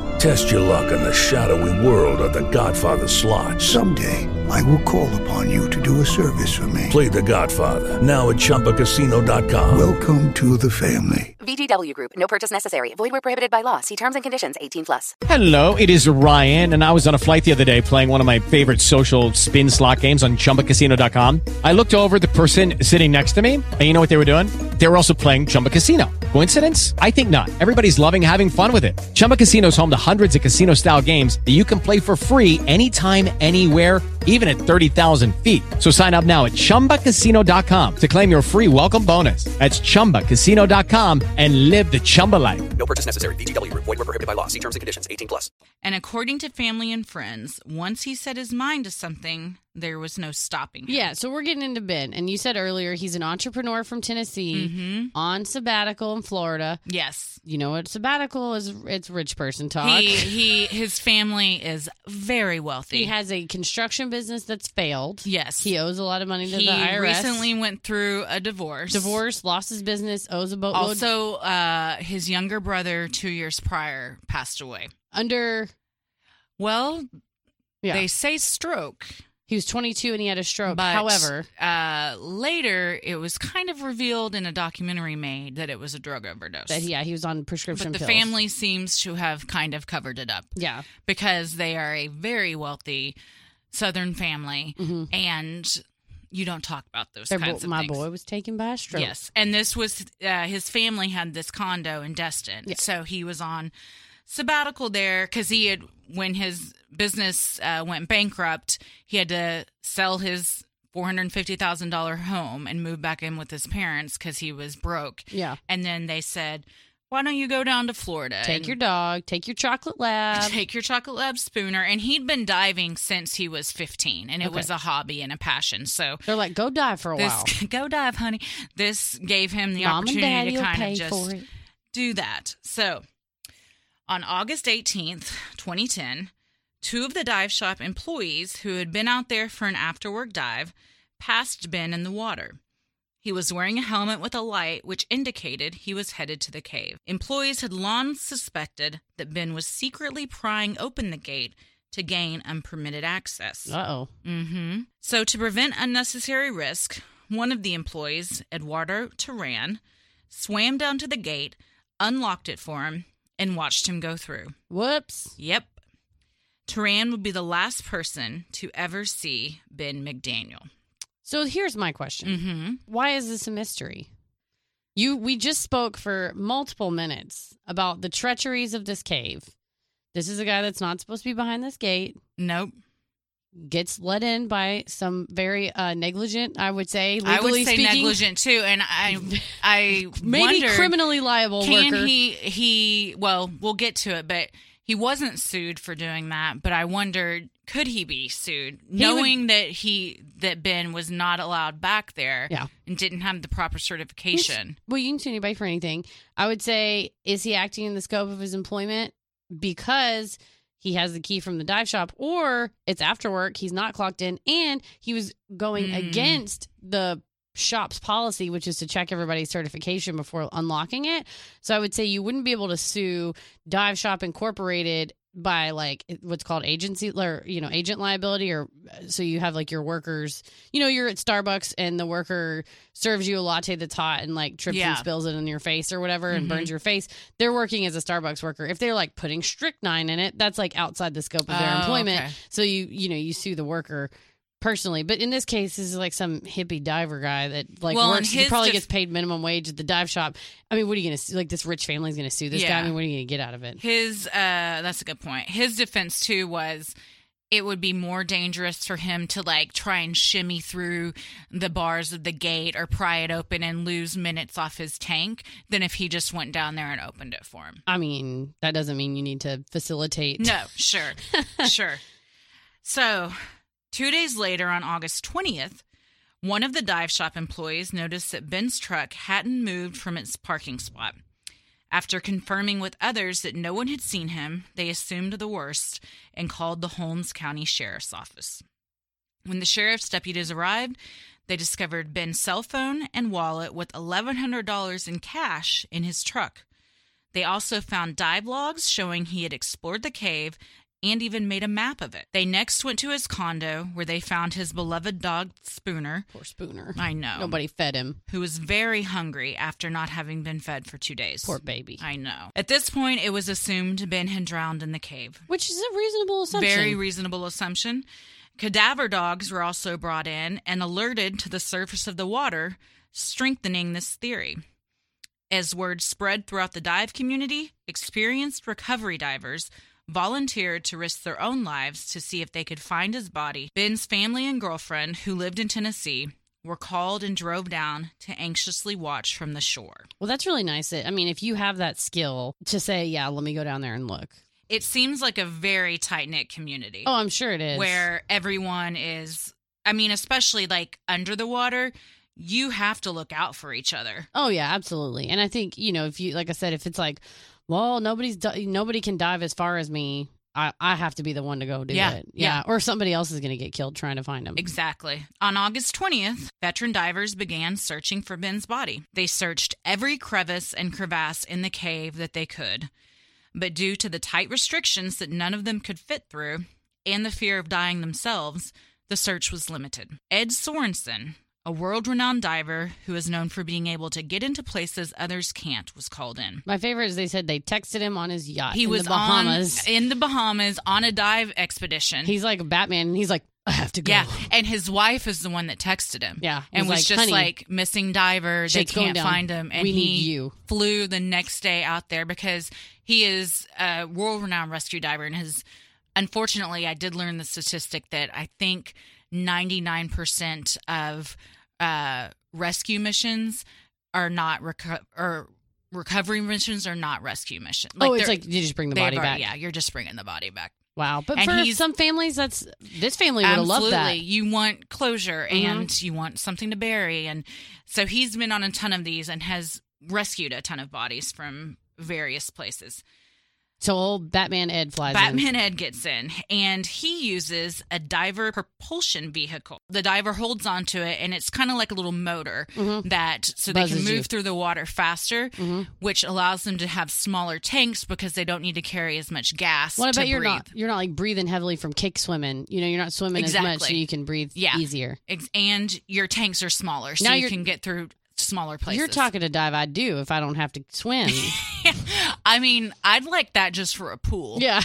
Test your luck in the shadowy world of The Godfather slot. Someday, I will call upon you to do a service for me. Play The Godfather now at ChumbaCasino.com. Welcome to the family. VGW Group. No purchase necessary. Void where prohibited by law. See terms and conditions. 18 plus. Hello, it is Ryan, and I was on a flight the other day playing one of my favorite social spin slot games on chumbacasino.com. I looked over at the person sitting next to me, and you know what they were doing? They were also playing Chumba Casino. Coincidence? I think not. Everybody's loving having fun with it. Chumba Casino is home to hundreds of casino style games that you can play for free anytime, anywhere, even at 30,000 feet. So sign up now at chumbacasino.com to claim your free welcome bonus. That's chumbacasino.com and live the Chumba life. No purchase necessary. VGW Group. Void were prohibited by law. See terms and conditions. 18 plus. and according to family and friends, once he set his mind to something, there was no stopping him. Yeah, so we're getting into Ben, and you said earlier he's an entrepreneur from Tennessee Mm-hmm. on sabbatical in Florida. Yes. You know what sabbatical is? It's rich person talk. <laughs> He, he his family is very wealthy. He has a construction business that's failed. Yes. He owes a lot of money to He the IRS. recently went through a divorce. divorced, lost his business, owes a boatload. Also, uh, his younger brother, two years prior, passed away. under Well, yeah, they say stroke. he was 22 and he had a stroke. But, However, uh, later it was kind of revealed in a documentary made that it was a drug overdose. that yeah, he was on but prescription the pills. family seems to have kind of covered it up yeah, because they are a very wealthy Southern family, Mhm. and you don't talk about those Their bo- kinds of my things. boy was taken by a stroke. Yes, and this was uh, his family had this condo in Destin, Yeah. so he was on sabbatical there because he had when his business uh, went bankrupt, he had to sell his four hundred fifty thousand dollar home and move back in with his parents because he was broke. yeah. And then they said, "Why don't you go down to Florida? Take and your dog. Take your chocolate <laughs> lab. Take your chocolate lab spooner, and he'd been diving since he was 15, and it Okay. was a hobby and a passion. So They're like, go die for a this while. <laughs> go dive, honey. This gave him the Mom and opportunity Daddy to will kind of pay just for it. do that. So, on August 18th, 2010, two of the dive shop employees who had been out there for an after work dive passed Ben in the water. He was wearing a helmet with a light, which indicated he was headed to the cave. Employees had long suspected that Ben was secretly prying open the gate to gain unpermitted access. Uh oh. Mm-hmm. So, to prevent unnecessary risk, one of the employees, Eduardo Turan, swam down to the gate, unlocked it for him, and watched him go through. Whoops. Yep. Turan would be the last person to ever see Ben McDaniel. So here's my question. Mm-hmm. Why is this a mystery? You we just spoke for multiple minutes about the treacheries of this cave. This is a guy that's not supposed to be behind this gate. Nope. Gets let in by some very uh, negligent, I would say, legally I would say speaking, negligent too, and I, I <laughs> maybe wondered, criminally liable Can worker. he? He. Well, we'll get to it, but he wasn't sued for doing that. But I wondered, could he be sued, would- knowing that he that Ben was not allowed back there, Yeah. and didn't have the proper certification. Well, you can sue anybody for anything. I would say, is he acting in the scope of his employment because he has the key from the dive shop, or it's after work, he's not clocked in, and he was going Mm. against the shop's policy, which is to check everybody's certification before unlocking it. So I would say you wouldn't be able to sue Dive Shop Incorporated by like what's called agency or you know agent liability or uh, so you have like your workers you know you're at starbucks and the worker serves you a latte that's hot and like trips Yeah. and spills it in your face or whatever and Mhm. burns your face they're working as a starbucks worker if they're like putting strychnine in it that's like outside the scope of their Oh, employment okay. so you you know you sue the worker personally but in this case this is like some hippie diver guy that like Well, in works he his probably def- gets paid minimum wage at the dive shop i mean what are you gonna sue like this rich family's gonna sue this guy Yeah. i mean what are you gonna get out of it His uh that's a good point. His defense too was it would be more dangerous for him to like try and shimmy through the bars of the gate or pry it open and lose minutes off his tank than if he just went down there and opened it for him. I mean, that doesn't mean you need to facilitate. No, sure. sure. So, 2 days later on August 20th, one of the dive shop employees noticed that Ben's truck hadn't moved from its parking spot. After confirming with others that no one had seen him, they assumed the worst and called the Holmes County Sheriff's Office. When the sheriff's deputies arrived, they discovered Ben's cell phone and wallet with $1,100 in cash in his truck. They also found dive logs showing he had explored the cave and even made a map of it. They next went to his condo where they found his beloved dog Spooner. Poor Spooner. I know. Nobody fed him. Who was very hungry after not having been fed for two days. Poor baby. I know. At this point, it was assumed Ben had drowned in the cave. Which is a reasonable assumption. Very reasonable assumption. Cadaver dogs were also brought in and alerted to the surface of the water, strengthening this theory. As word spread throughout the dive community, experienced recovery divers volunteered to risk their own lives to see if they could find his body. Ben's family and girlfriend, who lived in Tennessee, were called and drove down to anxiously watch from the shore. well, that's really nice. that- I mean, if you have that skill to say, yeah, let me go down there and look. It seems like a very tight knit community. Oh, I'm sure it is. where everyone is i mean especially like under the water you have to look out for each other Oh yeah, absolutely. And I think you know, if you like I said, if it's like, well, nobody's di- nobody can dive as far as me. I, I have to be the one to go do Yeah, it. yeah. Or somebody else is going to get killed trying to find him. Exactly. On August 20th, veteran divers began searching for Ben's body. They searched every crevice and crevasse in the cave that they could. But due to the tight restrictions that none of them could fit through and the fear of dying themselves, the search was limited. Ed Sorensen, a world renowned diver who is known for being able to get into places others can't, was called in. My favorite is they said they texted him on his yacht. He uh, in was the Bahamas. On, in the Bahamas on a dive expedition. he's like Batman. And he's like, I have to go. <laughs> Yeah, and his wife is the one that texted him. Yeah, and was was like, just "Honey, like missing diver. They shit's going can't down. find him, and We he need you." flew the next day out there because he is a world-renowned rescue diver, and his. Unfortunately, I did learn the statistic that I think ninety-nine percent of uh, rescue missions are not reco- or recovery missions are not rescue missions. oh, it's they're- like you just bring the they've body already- back. Yeah, you're just bringing the body back. Wow, but And for he's- some families, that's this family would have loved that. Absolutely. You want closure Mhm. and you want something to bury. And so he's been on a ton of these and has rescued a ton of bodies from various places. So old Batman Ed flies. in. Batman Ed gets in and he uses a diver propulsion vehicle. The diver holds onto it and it's kind of like a little motor that so they Mm-hmm. Buzzes you. can Mm-hmm. move through the water faster, which allows them to have smaller tanks because they don't need to carry as much gas. What to about you're breathe. not you're not like breathing heavily from kick swimming. You know, you're not swimming as much, so Exactly. you can breathe Yeah. easier. Ex- and your tanks are smaller, so Now you you're- can get through smaller places. You're talking a dive I do if I don't have to <laughs> swim. I mean, I'd like that just for a pool. <laughs> yeah,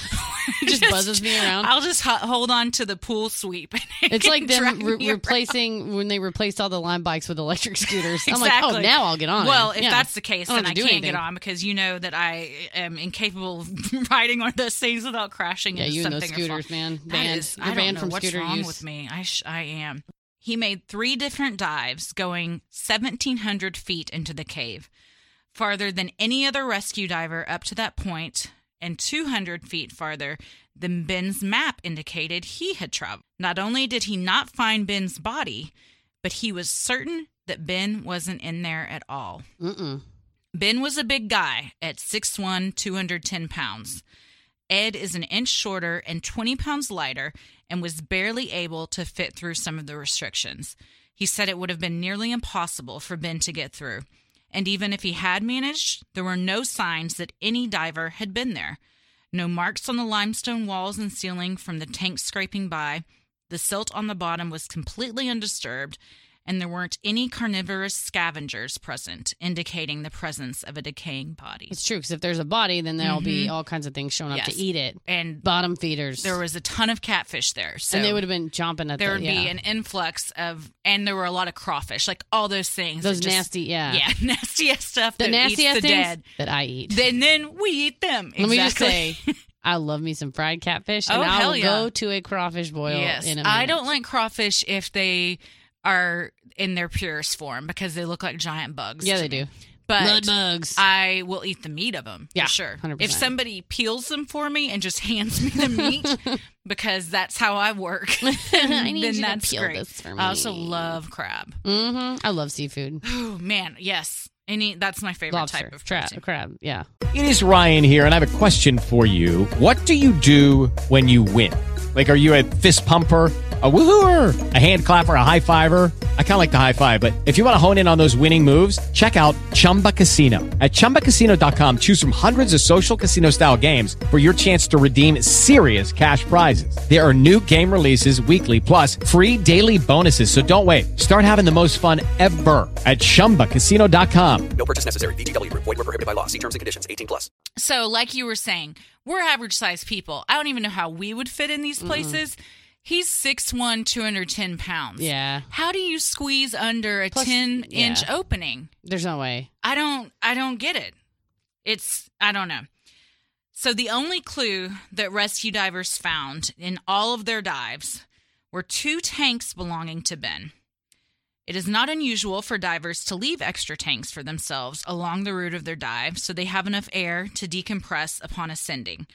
it just buzzes me around. I'll just ho- hold on to the pool sweep. and <laughs> it It's can like them drag me re- around. replacing when they replaced all the line bikes with electric scooters. I'm like, oh, Exactly. now I'll get on. Well, it. if Yeah. that's the case, don't then have I to can't do get anything. on because you know that I am incapable of <laughs> riding on those things without crashing Yeah, into you and something. those or fall- scooters, man. That Banned. is- You're I don't banned know from what's scooter wrong use. with me. I sh- I am. He made three different dives, going 1,700 feet into the cave, farther than any other rescue diver up to that point, and 200 feet farther than Ben's map indicated he had traveled. Not only did he not find Ben's body, but he was certain that Ben wasn't in there at all. Mm-mm. Ben was a big guy at 6'1, 210 pounds. Ed is an inch shorter and 20 pounds lighter and was barely able to fit through some of the restrictions. He said it would have been nearly impossible for Ben to get through. And even if he had managed, there were no signs that any diver had been there. No marks on the limestone walls and ceiling from the tanks scraping by. The silt on the bottom was completely undisturbed, and there weren't any carnivorous scavengers present, indicating the presence of a decaying body. It's true because if there's a body, then there'll be Mhm. all kinds of things showing up Yes. to eat it. And bottom feeders. There was a ton of catfish there, so and they would have been chomping at the- there would yeah. be an influx of, and there were a lot of crawfish, like all those things. that Those just- nasty, yeah, yeah, <laughs> nasty ass stuff. The that eats nastiest the things dead. that I eat. Then, then we eat them. Let me just Exactly. <laughs> say, I love me some fried catfish, Oh, and I hell will yeah. go to a crawfish boil. yes, in a I minute. don't like crawfish if they are in their purest form because they look like giant bugs. Yeah, they to me. do. But Mud bugs. I will eat the meat of them. Yeah, for sure. 100%. If somebody peels them for me and just <laughs> hands me the meat, <laughs> because that's how I work, then need you to that's peel great. this for I also me. love crab. Mm-hmm. I love <laughs> seafood. Oh man, yes. Any that's my favorite Lobster, type of crab, protein. crab. Yeah. It is Ryan here, and I have a question for you. What do you do when you win? Like, are you a fist pumper, a woohooer, a hand clapper, a high fiver? I kind of like the high five, but if you want to hone in on those winning moves, check out Chumba Casino. At chumbacasino.com, choose from hundreds of social casino style games for your chance to redeem serious cash prizes. There are new game releases weekly, plus free daily bonuses. So don't wait. Start having the most fun ever at chumbacasino.com. No purchase necessary. VGW Group. Void were prohibited by law. See terms and conditions. 18 plus. So, like you were saying, we're average sized people. I don't even know how we would fit in these places. He's 6'1, 210 pounds. Yeah. How do you squeeze under a Plus- 10 inch yeah. opening? There's no way. I don't I don't get it. It's I don't know. So the only clue that rescue divers found in all of their dives were two tanks belonging to Ben. It is not unusual for divers to leave extra tanks for themselves along the route of their dive so they have enough air to decompress upon ascending.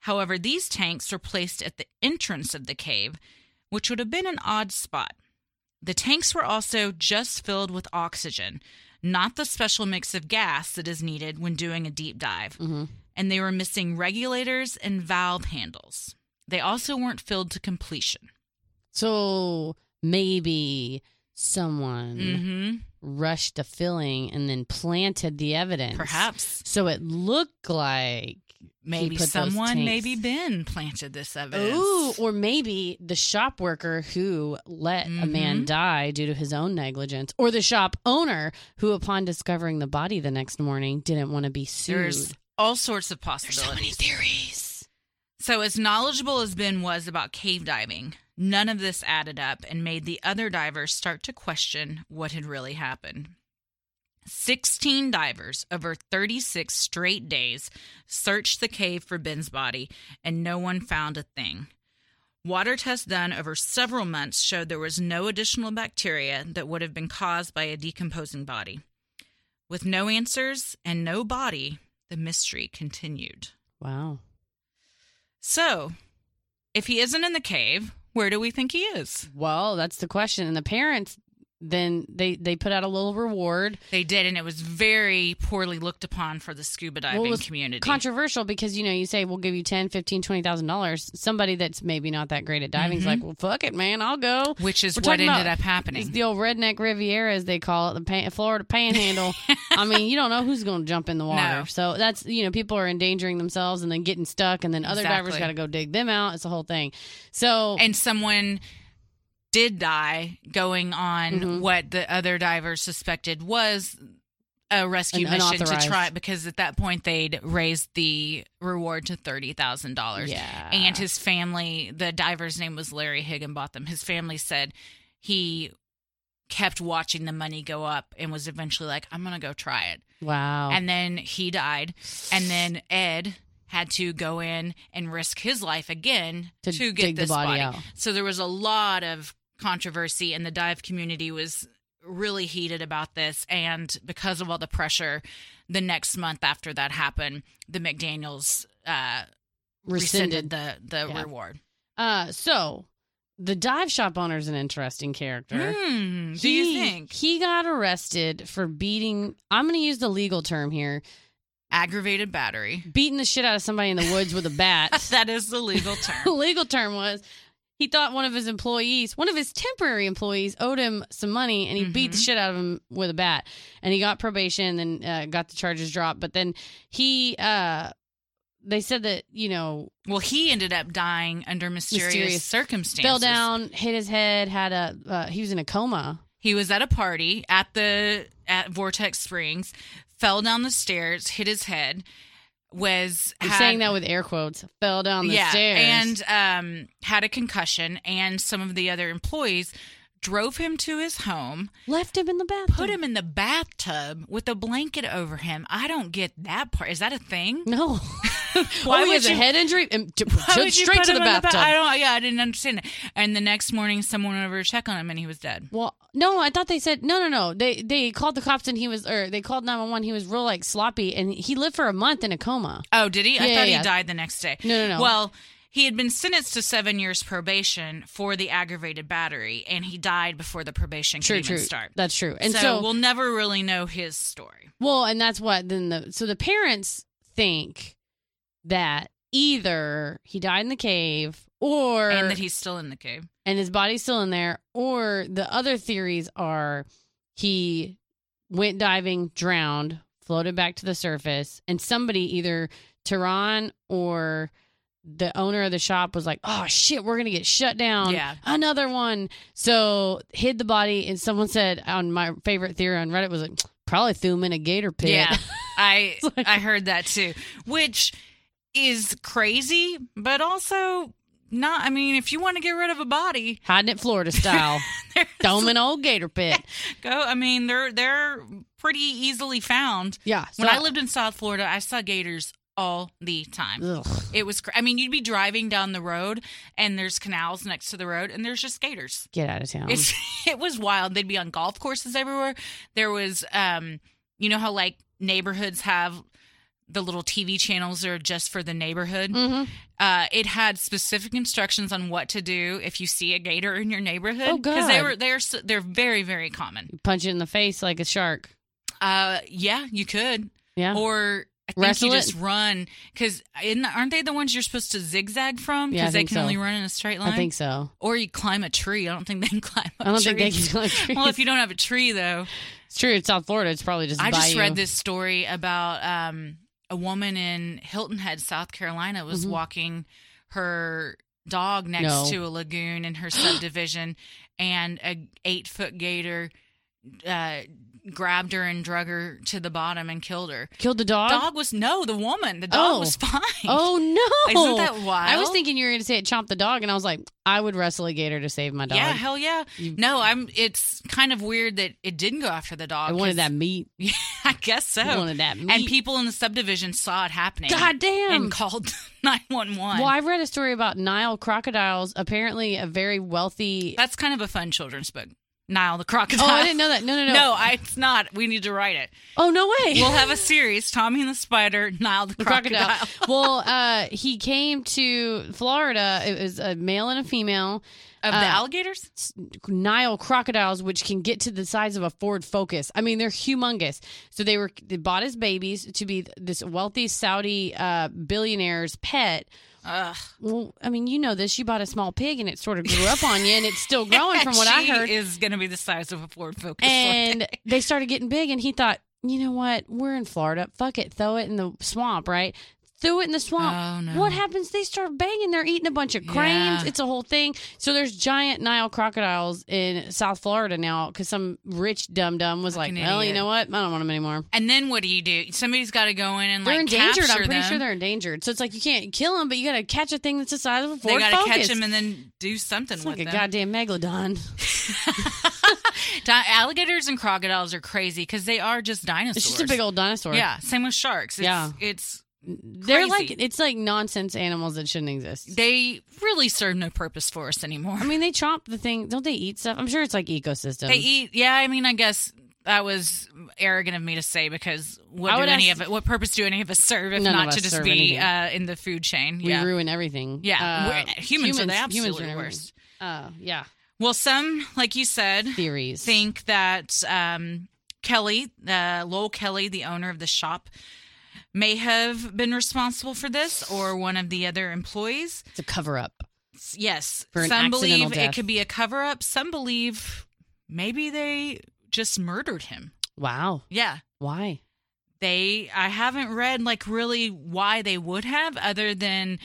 However, these tanks were placed at the entrance of the cave, which would have been an odd spot. The tanks were also just filled with oxygen, not the special mix of gas that is needed when doing a deep dive. Mm-hmm. And they were missing regulators and valve handles. They also weren't filled to completion. So maybe someone Mhm. rushed the filling and then planted the evidence. Perhaps. So it looked like he Maybe put those someone, tanks- maybe Ben, planted this evidence. Ooh, or maybe the shop worker who let a man die due to his own negligence, or the shop owner who, upon discovering the body the next morning, didn't want to be sued. There's all sorts of possibilities. theories. So, as knowledgeable as Ben was about cave diving, none of this added up and made the other divers start to question what had really happened. 16 divers over 36 straight days searched the cave for Ben's body, and no one found a thing. Water tests done over several months showed there was no additional bacteria that would have been caused by a decomposing body. With no answers and no body, the mystery continued. Wow. So, if he isn't in the cave, where do we think he is? Well, that's the question. And the parents then they they put out a little reward. They did, and it was very poorly looked upon for the scuba diving Well, it was community. Controversial because you know you say we'll give you ten, fifteen, twenty thousand dollars. Somebody that's maybe not that great at diving is Mhm. like, well, fuck it, man, I'll go. Which is We're what talking ended about- up happening. It's the old redneck Riviera, as they call it, the pan- Florida <laughs> Panhandle. I mean, you don't know who's going to jump in the water. No. So that's you know, people are endangering themselves and then getting stuck, and then other divers Exactly. got to go dig them out. It's a whole thing. So and someone did die going on Mhm. what the other divers suspected was a rescue An mission to try unauthorized. because at that point they'd raised the reward to thirty thousand dollars. Yeah. And his family the diver's name was Larry Higginbotham. His family said he kept watching the money go up and was eventually like, I'm gonna go try it. wow, And then he died. And then Ed had to go in and risk his life again To to, dig get the this body body. out. So there was a lot of controversy, and the dive community was really heated about this. And because of all the pressure, the next month after that happened, the McDaniels uh, rescinded. rescinded, the, the Yeah. reward. Uh, so the dive shop owner's an interesting character. Hmm, do you think he got arrested for beating? I'm going to use the legal term here: aggravated battery? <laughs> beating the shit out of somebody in the woods with a bat. That is the legal term. the <laughs> legal term was he thought one of his employees, one of his temporary employees, owed him some money, and he beat the Mm-hmm. shit out of him with a bat. And he got probation and uh, got the charges dropped. But then he uh, they said that you know Well, he ended up dying under mysterious, Mysterious. circumstances. fell down, hit his head, had a uh, he was in a coma. He was at a party at the at Vortex Springs, fell down the stairs, hit his head. Was I'm had- saying that with air quotes. Fell down the yeah, stairs and um, had a concussion. And some of the other employees drove him to his home, left him in the bathroom, put him in the bathtub with a blanket over him. I don't get that part. Is that a thing? No. <laughs> Why Why was would a you- head injury? And t- <laughs> Why took would you straight put to the him in bathtub. ba- I don't. Yeah, I didn't understand it. And the next morning, someone went over to check on him, and he was dead. well, no, I thought they said no, no, no. They they called the cops and he was, or they called nine one one. He was real like sloppy, and he lived for a month in a coma. Oh, did he? I Yeah, thought yeah. he died the next day. No, no, no. Well, he had been sentenced to seven years probation for the aggravated battery, and he died before the probation True, could true. even start. That's true. And so, so- we'll never really know his story. Well, and that's what then the so the parents think that either he died in the cave or and that he's still in the cave. and his body's still in there, or the other theories are he went diving, drowned, floated back to the surface, and somebody either Tehran or the owner of the shop was like, "Oh shit, we're gonna get shut down." Yeah. another one. So hid the body, and someone said on my favorite theory on Reddit was like, "Probably threw him in a gator pit." Yeah, I I heard that too, which is crazy, but also not. I mean, if you want to get rid of a body, <laughs> hiding it Florida <laughs> style. Throw him in an old gator pit. go. I mean, they're they're pretty easily found. Yeah. when so- I lived in South Florida, I saw gators all the time. Ugh. It was. cr- I mean, you'd be driving down the road, and there's canals next to the road, and there's just gators. Get out of town. It's <laughs> it was wild. They'd be on golf courses everywhere. There was um you know how like neighborhoods have the little TV channels that are just for the neighborhood. Mm-hmm. Uh, it had specific instructions on what to do if you see a gator in your neighborhood. Oh, they God. were they're s- they're very very common. punch it in the face like a shark. Uh, yeah, you could. Yeah. Or I think Wrestle you it? just run because aren't they the ones you're supposed to zigzag from? Yeah, I Because they think can so. only run in a straight line. I think so. Or you climb a tree. I don't think they <laughs> can climb. Up I don't think they trees. can climb trees. <laughs> Well, if you don't have a tree though, It's true. In South Florida, it's probably just. I just bayou. read this story about um, a woman in Hilton Head, South Carolina, was Mhm. walking her dog next No. to a lagoon in her subdivision, <gasps> and a eight foot gator uh, grabbed her and drug her to the bottom and killed her. Killed the dog. Dog was no, the woman. The dog Oh. was fine. <laughs> Oh no! Isn't that wild? I was thinking you were going to say it chomped the dog, and I was like, I would wrestle a gator to save my dog. Yeah, hell yeah. No, I'm. It's kind of weird that it didn't go after the dog. I wanted 'cause- that meat. <laughs> Yeah, I guess so. I wanted that And meat. people in the subdivision saw it happening. God damn. And called <laughs> nine one one. Well, I read a story about Nile crocodiles. Apparently, a very wealthy. That's kind of a fun children's book. Nile the crocodile. Oh, I didn't know <laughs> that. No, no, no. No, I, it's not. We need to write it. Oh no way! <laughs> We'll have a series: Tommy and the Spider, Nile the, crocodile. crocodile. well, uh, he came to Florida. It was a male and a female. Of the Uh, alligators. Nile crocodiles, which can get to the size of a Ford Focus. I mean, they're humongous. So they were they bought as babies to be this wealthy Saudi uh, billionaire's pet. Ugh. Well, I mean, you know this. You bought a small pig, and it sort of grew up on you, and it's still growing, <laughs> from what I She heard. is going to be the size of a Ford Focus. and they started getting big, and he thought, you know what? We're in Florida. Fuck it. Throw it in the swamp, right? Threw it in the swamp. Oh, no. What happens? They start banging. They're eating a bunch of Yeah. cranes. It's a whole thing. So there's giant Nile crocodiles in South Florida now because some rich dum dum was like, Fucking well, you idiot. know what? I don't want them anymore. And then what do you do? Somebody's got to go in and They're like endangered. I'm capture pretty them. sure they're endangered. So it's like you can't kill them, but you got to catch a thing that's the size of a they Ford got to catch Focus. them and then do something it's with like a them. goddamn megalodon. <laughs> Di- alligators and crocodiles are crazy because they are just dinosaurs. It's just a big old dinosaur. Yeah, same with sharks. It's, Yeah. it's They're crazy. like it's like nonsense animals that shouldn't exist. they really serve no purpose for us anymore. I mean, they chomp the thing. Don't they eat stuff? I'm sure it's like ecosystem. <laughs> they eat. Yeah, I mean, I guess that was arrogant of me to say because what I do would any ask- of it? What purpose do any of us serve if None of not to us just serve be anything. uh, in the food chain? We yeah, ruin everything. yeah. Uh, We're- humans, are the absolute ruin everything. worst. Uh, yeah. Well, some, like you said, Theories. think that um, Kelly, uh, Lowell Kelly, the owner of the shop, may have been responsible for this, or one of the other employees. It's a cover up. Yes, For an some accidental believe it death. could be a cover up. Some believe maybe they just murdered him. Wow. Yeah, Why? they I haven't read like really why they would have other than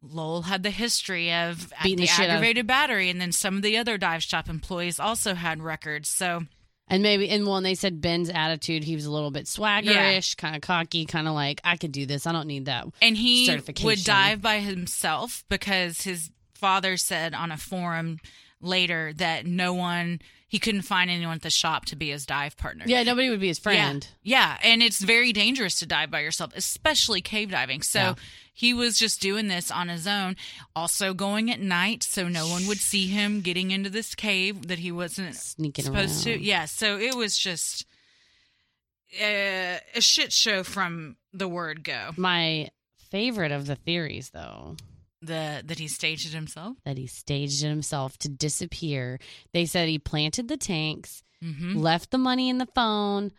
Lowell had the history of Beating the the shit out of- aggravated battery, and then some of the other dive shop employees also had records. So And maybe, and when they said Ben's attitude, he was a little bit swaggerish, kind of cocky, kind of like, I could do this. I don't need that. and he certification. would dive by himself because his father said on a forum later that no one he couldn't find anyone at the shop to be his dive partner. Yeah, nobody would be his friend. Yeah, yeah, and it's very dangerous to dive by yourself, especially cave diving. So Yeah. he was just doing this on his own, also going at night so no one would see him getting into this cave that he wasn't Sneaking supposed around. to. Yeah, so it was just uh, a shit show from the word go. My favorite of the theories, though, The that he staged it himself. that he staged it himself to disappear. They said he planted the tanks, Mhm. left the money in the phone,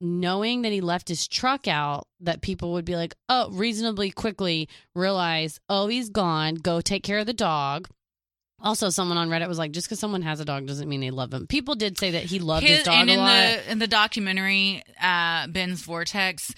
knowing that he left his truck out, that people would be like, oh, reasonably quickly realize, oh, he's gone. Go take care of the dog. Also, someone on Reddit was like, just because someone has a dog doesn't mean they love him. People did say that he loved his, His- dog and a in lot. the in the documentary uh ben's vortex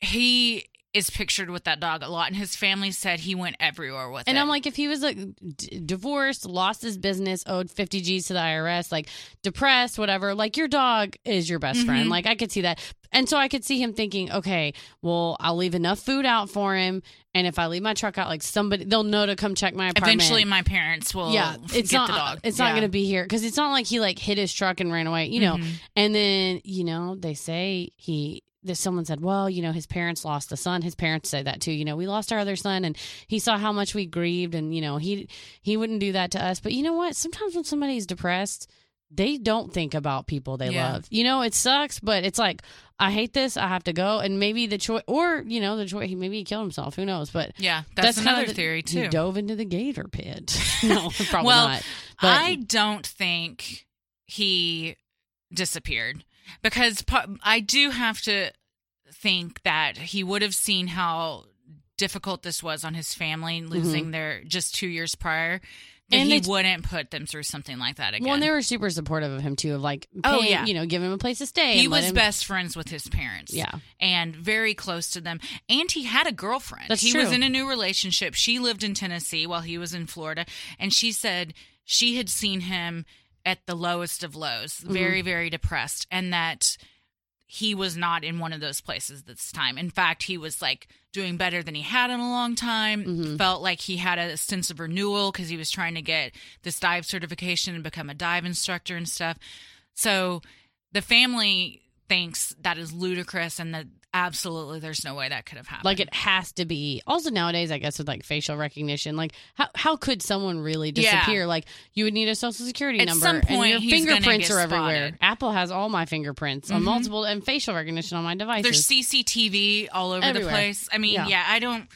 he is pictured with that dog a lot and his family said he went everywhere with And it I'm like, if he was like d- divorced, lost his business, owed 50 G's to the IRS, like depressed, whatever, like your dog is your best friend. Mhm. Like I could see that. And so I could see him thinking, okay, well, I'll leave enough food out for him. And if I leave my truck out, like somebody, they'll know to come check my apartment. eventually my parents will yeah, it's get not. the dog It's not going to be here because it's not like he like hit his truck and ran away, you know. Mhm. And then you know they say he. That someone said, well, you know, his parents lost the son. His parents said that too. You know, we lost our other son, and he saw how much we grieved, and you know, he he wouldn't do that to us. But you know what? Sometimes when somebody's depressed, they don't think about people they Yeah. love. You know, it sucks, but it's like I hate this. I have to go, and maybe the choice, or you know, the choice. Maybe he killed himself. Who knows? But yeah that's, kinda another the- theory he too dove into the gator pit. <laughs> no, probably well not. But i don't think he disappeared because po- i do have to think that he would have seen how difficult this was on his family losing their just two years prior that Mm-hmm. And he they- wouldn't put them through something like that again well, and they were super supportive of him too, of like, paying, Oh, yeah. you know, giving him a place to stay. he and let was him- best friends with his parents Yeah. and very close to them and he had a girlfriend That's he was true. in a new relationship she lived in tennessee while he was in florida and she said she had seen him at the lowest of lows Mm-hmm. very very depressed and that he was not in one of those places this time in fact he was like doing better than he had in a long time Mm-hmm. felt like he had a sense of renewal because he was trying to get this dive certification and become a dive instructor and stuff so the family thinks that is ludicrous and that absolutely there's no way that could have happened. Like it has to be. Also nowadays, I guess with like facial recognition, like how how could someone really Yeah. disappear? Like you would need a social security At number. some point, and your he's gonna fingerprints get are everywhere. spotted. Apple has all my fingerprints on Mhm. multiple and facial recognition on my devices. there's CCTV all over Everywhere. the place. I mean, Yeah. yeah. I don't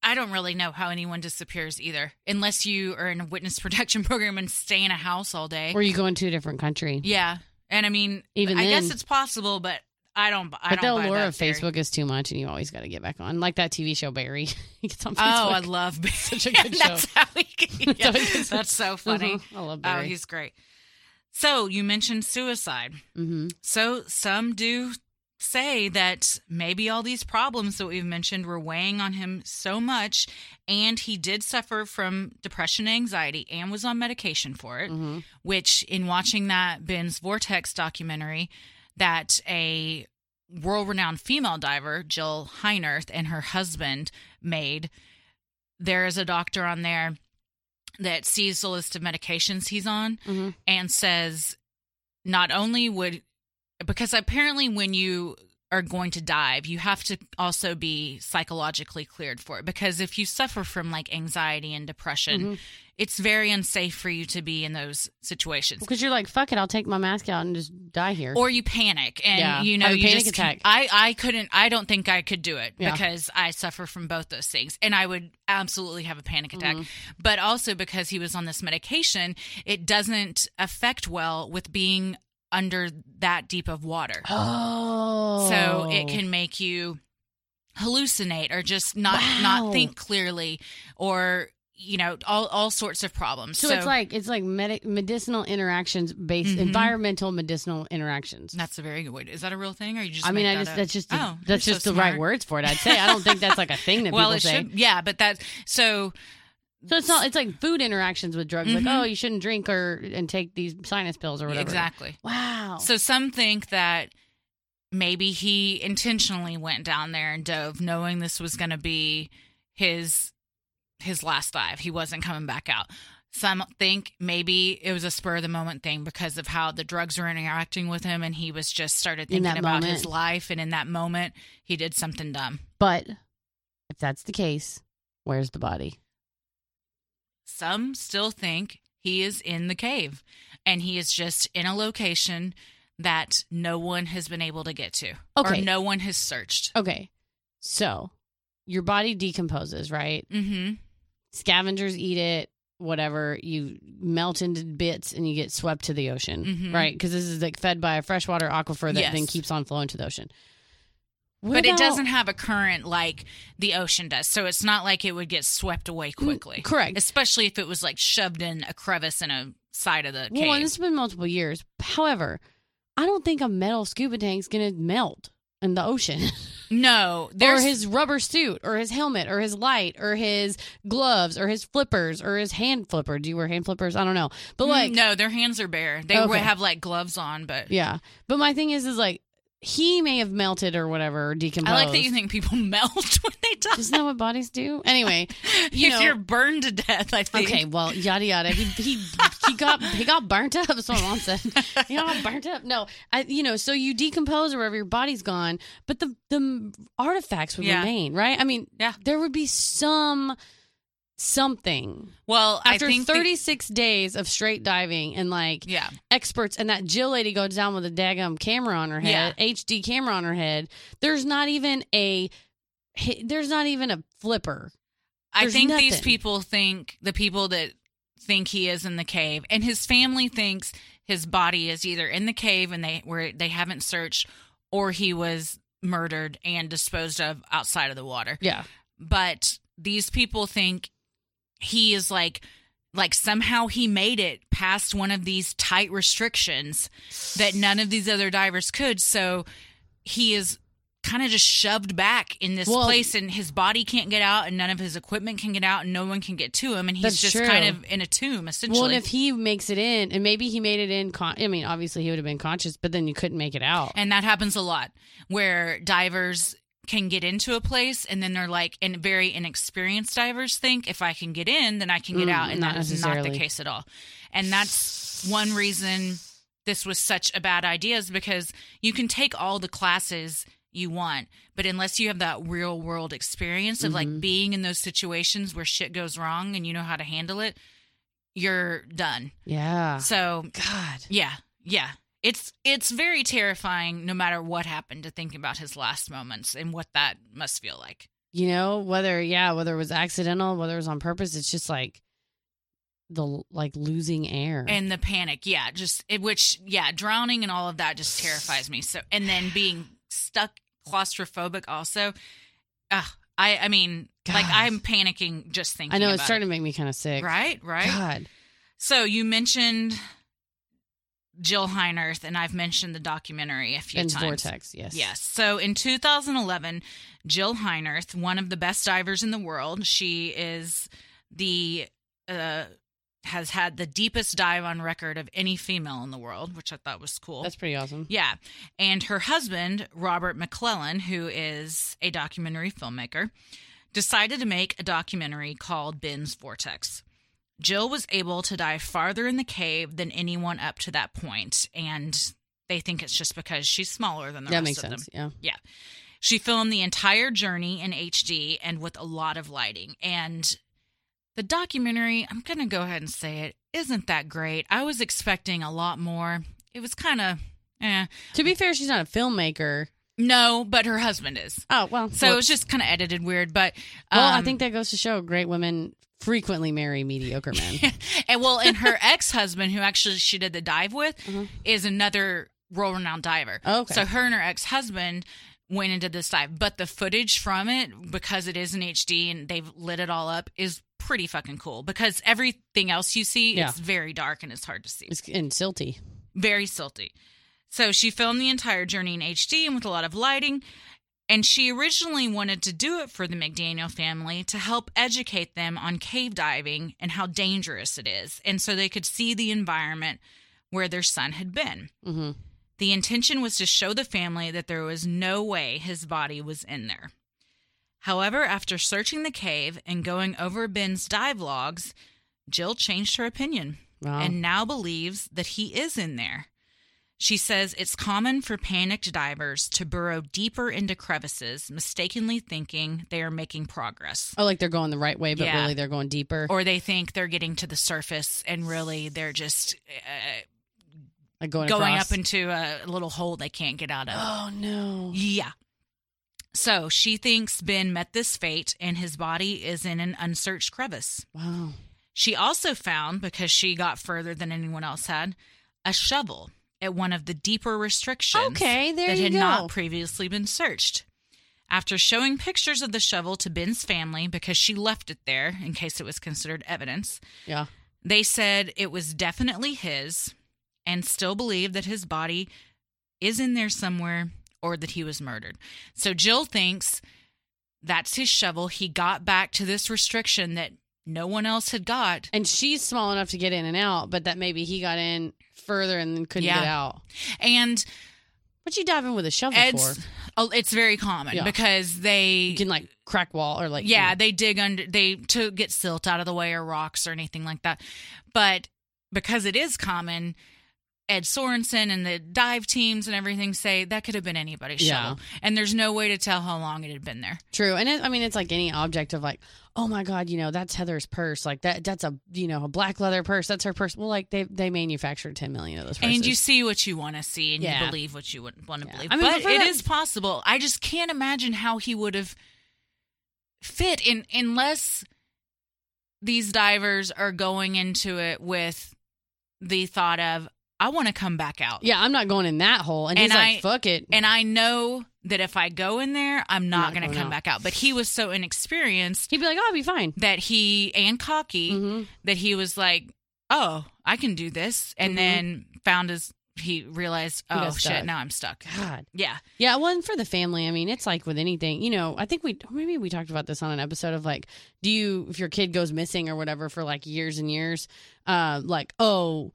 I don't really know how anyone disappears either unless you are in a witness <laughs> protection program and stay in a house all day. or you go into a different country. yeah. And I mean, Even I guess then. it's possible, but I don't I But the don't buy allure that of theory. Facebook is too much, and you always got to get back on. Like that TV show Barry, <laughs> he gets on Oh, I Facebook. <laughs> love Barry. Such a <laughs> good That's show. how <laughs> he, That's how he yeah, gets- That's so funny. Mhm. I love Oh, Barry. he's great. So you mentioned suicide. mm-hmm. So some do say that maybe all these problems that we've mentioned were weighing on him so much, and he did suffer from depression and anxiety and was on medication for it, Mm-hmm. which in watching that Ben's Vortex documentary, that a world-renowned female diver, Jill Heinerth, and her husband made, there is a doctor on there that sees the list of medications he's on and says not only would because apparently when you are going to dive you have to also be psychologically cleared for it because if you suffer from like anxiety and depression it's very unsafe for you to be in those situations Because you're like, fuck it, I'll take my mask out and just die here. or you panic and Yeah, you know have a you panic just attack. I I couldn't I don't think I could do it Yeah. because I suffer from both those things and I would absolutely have a panic attack Mm-hmm. but also because he was on this medication it doesn't affect well with being under that deep of water oh, so it can make you hallucinate or just not not Wow. think clearly or you know, all all sorts of problems. So, it's like it's like medi- medicinal interactions based Mhm. environmental medicinal interactions. that's a very good way. to- Is that a real thing, or you just? I mean, make I that just up? that's just Oh, that's you're just so the right smart. words for it. I'd say I don't think that's like a thing that <laughs> well, people it say. should. Yeah, but that so So it's not it's like food interactions with drugs. Mhm. Like oh, you shouldn't drink or and take these sinus pills or whatever. Oh. Exactly. Wow. So some think that maybe he intentionally went down there and dove, knowing this was going to be his his last dive. He wasn't coming back out. Some think maybe it was a spur of the moment thing because of how the drugs were interacting with him, and he was just started In that thinking about his moment. life, and in that moment, he did something dumb. But if that's the case, where's the body? Some still think he is in the cave, and he is just in a location that no one has been able to get to, Okay. Uh, or no one has searched. Okay. So your body decomposes, right? Mm-hmm. Scavengers eat it, whatever. You melt into bits and you get swept to the ocean, Mhm. right? Because this is like fed by a freshwater aquifer that Yes. then keeps on flowing to the ocean. What but about- it doesn't have a current like the ocean does, so it's not like it would get swept away quickly. Mm, correct. Especially if it was like shoved in a crevice in a side of the cave. Well, and this has been multiple years. However, I don't think a metal scuba tank's gonna melt in the ocean. <laughs> no, or there's his rubber suit, or his helmet, or his light, or his gloves, or his flippers, or his hand flipper. Do you wear hand flippers? I don't know. But like, Mm, no, their hands are bare. They Okay. have like gloves on, but yeah. But my thing is, is like he may have melted or whatever, or decomposed. I like that you think people <laughs> melt when they die. <laughs> Isn't that what bodies do? Anyway, <laughs> you if know. you're burned to death, I think. Okay, well, yada yada. He he he got he got burnt up. That's what mom said. He got all burnt up. No, I you know. So you decompose or wherever your body's gone, but the the artifacts would Yeah. remain, right? I mean, yeah. there would be some something. Well, I after think the- 36 days of straight diving and like Yeah. experts and that Jill lady goes down with a daggum camera on her head, HD camera on her head. There's not even a hi- there's not even a flipper. I There's think these nothing. people think the people that think he is in the cave, and his family thinks his body is either in the cave and they where they haven't searched, or he was murdered and disposed of outside of the water. Yeah. But these people think he is like like somehow he made it past one of these tight restrictions that none of these other divers could. So he is kind of just shoved back in this Well- place and his body can't get out and none of his equipment can get out and no one can get to him and he's That's just true. kind of in a tomb essentially. Well, and if he makes it in, and maybe he made it in, con- I mean, obviously he would have been conscious, but then you couldn't make it out. And that happens a lot where divers can get into a place and then they're like and very inexperienced divers think if I can get in then I can get Mm, out and not that is not the necessarily. case at all. And that's one reason this was such a bad idea is because you can take all the classes you want, but unless you have that real world experience of Mm-hmm. like being in those situations where shit goes wrong and you know how to handle it, you're done. Yeah. So God. Yeah. Yeah. It's it's very terrifying no matter what happened to think about his last moments and what that must feel like. You know, whether, yeah, whether it was accidental, whether it was on purpose, it's just like the, like losing air. And the panic, yeah, just it, which yeah, drowning and all of that just terrifies me. So and then being stuck claustrophobic also. Ugh, I I mean, like I'm panicking just thinking I know it's about starting to make me kind of sick. Right, right. God. So you mentioned Jill Heinert, and I've mentioned the documentary a few And times. Vortex, yes. Yes. So in 2011, Jill Heinert, one of the best divers in the world, she is the uh, has had the deepest dive on record of any female in the world, which I thought was cool. That's pretty awesome. Yeah. And her husband, Robert McClellan, who is a documentary filmmaker, decided to make a documentary called Ben's Vortex. Jill was able to dive farther in the cave than anyone up to that point, and they think it's just because she's smaller than the That rest makes of them. sense, yeah. Yeah. She filmed the entire journey in HD and with a lot of lighting. And the documentary, I'm going to go ahead and say it, isn't that great. I was expecting a lot more. It was kind of, eh. To be fair, she's not a filmmaker. No, but her husband is. Oh, well. So it was just kind of edited weird. But, um, Well, I think that goes to show great women frequently marry mediocre <laughs> men. and well, and her ex husband, who actually she did the dive with, is another world renowned diver. Mm-hmm. Okay. So her and her ex husband went into this dive, but the footage from it, because it is in HD and they've lit it all up, is pretty fucking cool because everything else you see, Yeah. it's very dark and it's hard to see. It's and silty. very silty. So she filmed the entire journey in HD and with a lot of lighting. And she originally wanted to do it for the McDaniel family to help educate them on cave diving and how dangerous it is. And so they could see the environment where their son had been. Mm-hmm. The intention was to show the family that there was no way his body was in there. However, after searching the cave and going over Ben's dive logs, Jill changed her opinion Wow. and now believes that he is in there. She says it's common for panicked divers to burrow deeper into crevices, mistakenly thinking they are making progress. Oh, like they're going the right way, but Yeah. really they're going deeper. Or they think they're getting to the surface and really they're just uh, like going, going across. up into a little hole they can't get out of. Oh no. Yeah. So she thinks Ben met this fate and his body is in an unsearched crevice. Wow. She also found, because she got further than anyone else had, a shovel at one of the deeper restrictions Okay, there that you had go. not previously been searched. After showing pictures of the shovel to Ben's family, because she left it there in case it was considered evidence, Yeah. they said it was definitely his and still believe that his body is in there somewhere or that he was murdered. So Jill thinks that's his shovel. He got back to this restriction that no one else had got. And she's small enough to get in and out, but that maybe he got in further and then couldn't Yeah. get out. And what you diving with a shovel Ed's, for? oh, it's very common Yeah. because they you can like crack wall or like yeah they dig under they to get silt out of the way or rocks or anything like that but because it is common ed sorensen and the dive teams and everything say that could have been anybody's Yeah. shovel and there's no way to tell how long it had been there True, and it, I mean it's like any object of like, oh my god, you know that's Heather's purse, like that that's a you know a black leather purse, that's her purse. Well, like they they manufactured ten million of those purses. and you see what you want to see and Yeah. you believe what you would want to believe I mean, but but for it that- is possible i just can't imagine how he would have fit in unless these divers are going into it with the thought of i want to come back out yeah, I'm not going in that hole, and, he's like, fuck it, And I know that if I go in there, I'm not, not going to going come out. back out. But he was so inexperienced. He'd be like, oh, I'll be fine. That he, and cocky, Mm-hmm. that he was like, oh, I can do this. And Mhm. then found his, he realized, He got oh, shit, stuck. now I'm stuck. God. Yeah. Yeah, well, and for the family, I mean, it's like with anything, you know. I think we or maybe we talked about this on an episode of like, do you if your kid goes missing or whatever for like years and years, uh, like oh,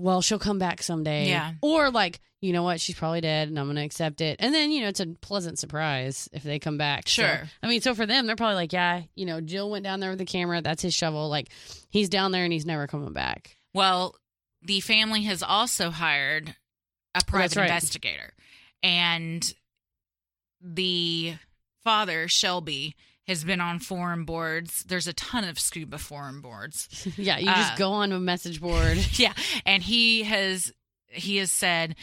well, she'll come back someday, Yeah. or like you know what, she's probably dead, and I'm gonna accept it, and then you know it's a pleasant surprise if they come back. So, Sure. I mean, so for them, they're probably like, yeah, you know, Jill went down there with the camera, that's his shovel, like he's down there and he's never coming back. Well, the family has also hired a private right. investigator, and the father, Shelby, has been on forum boards. There's a ton of scuba <laughs> forum boards. yeah, you just Uh, go on a message board. <laughs> yeah, and he has he has said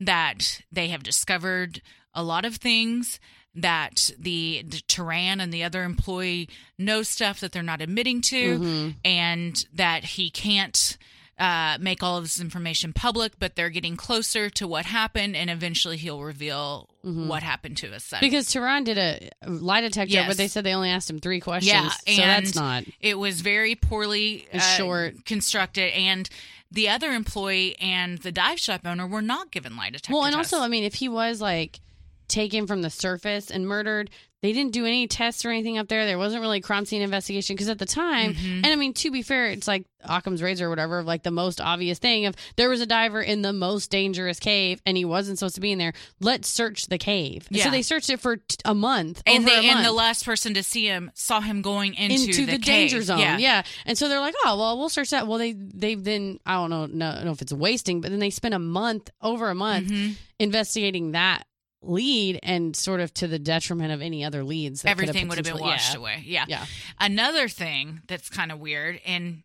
that they have discovered a lot of things that the, the Turan and the other employee know stuff that they're not admitting to, Mhm. and that he can't. Uh, make all of this information public, but they're getting closer to what happened, and eventually he'll reveal Mhm. what happened to his son. Because Tehran did a lie detector, Yes. but they said they only asked him three questions. Yeah, so and that's not. It was very poorly uh, It's short. constructed, and the other employee and the dive shop owner were not given lie detector. Well, and tests. also, I mean, if he was like taken from the surface and murdered, they didn't do any tests or anything up there. There wasn't really a crime scene investigation because at the time, Mm-hmm. and I mean, to be fair, it's like Occam's razor or whatever, like the most obvious thing of there was a diver in the most dangerous cave and he wasn't supposed to be in there. Let's search the cave. And Yeah. So they searched it for t- a month. and over a they and the month. last person to see him saw him going into, the, cave. danger zone. Yeah. And so they're like, oh well, we'll search that. Well, they they then I don't know no, know if it's wasting, but then they spent a month over a month Mm-hmm. investigating that lead and sort of to the detriment of any other leads. That everything would have been washed away. away. Yeah. Yeah. Another thing that's kind of weird, and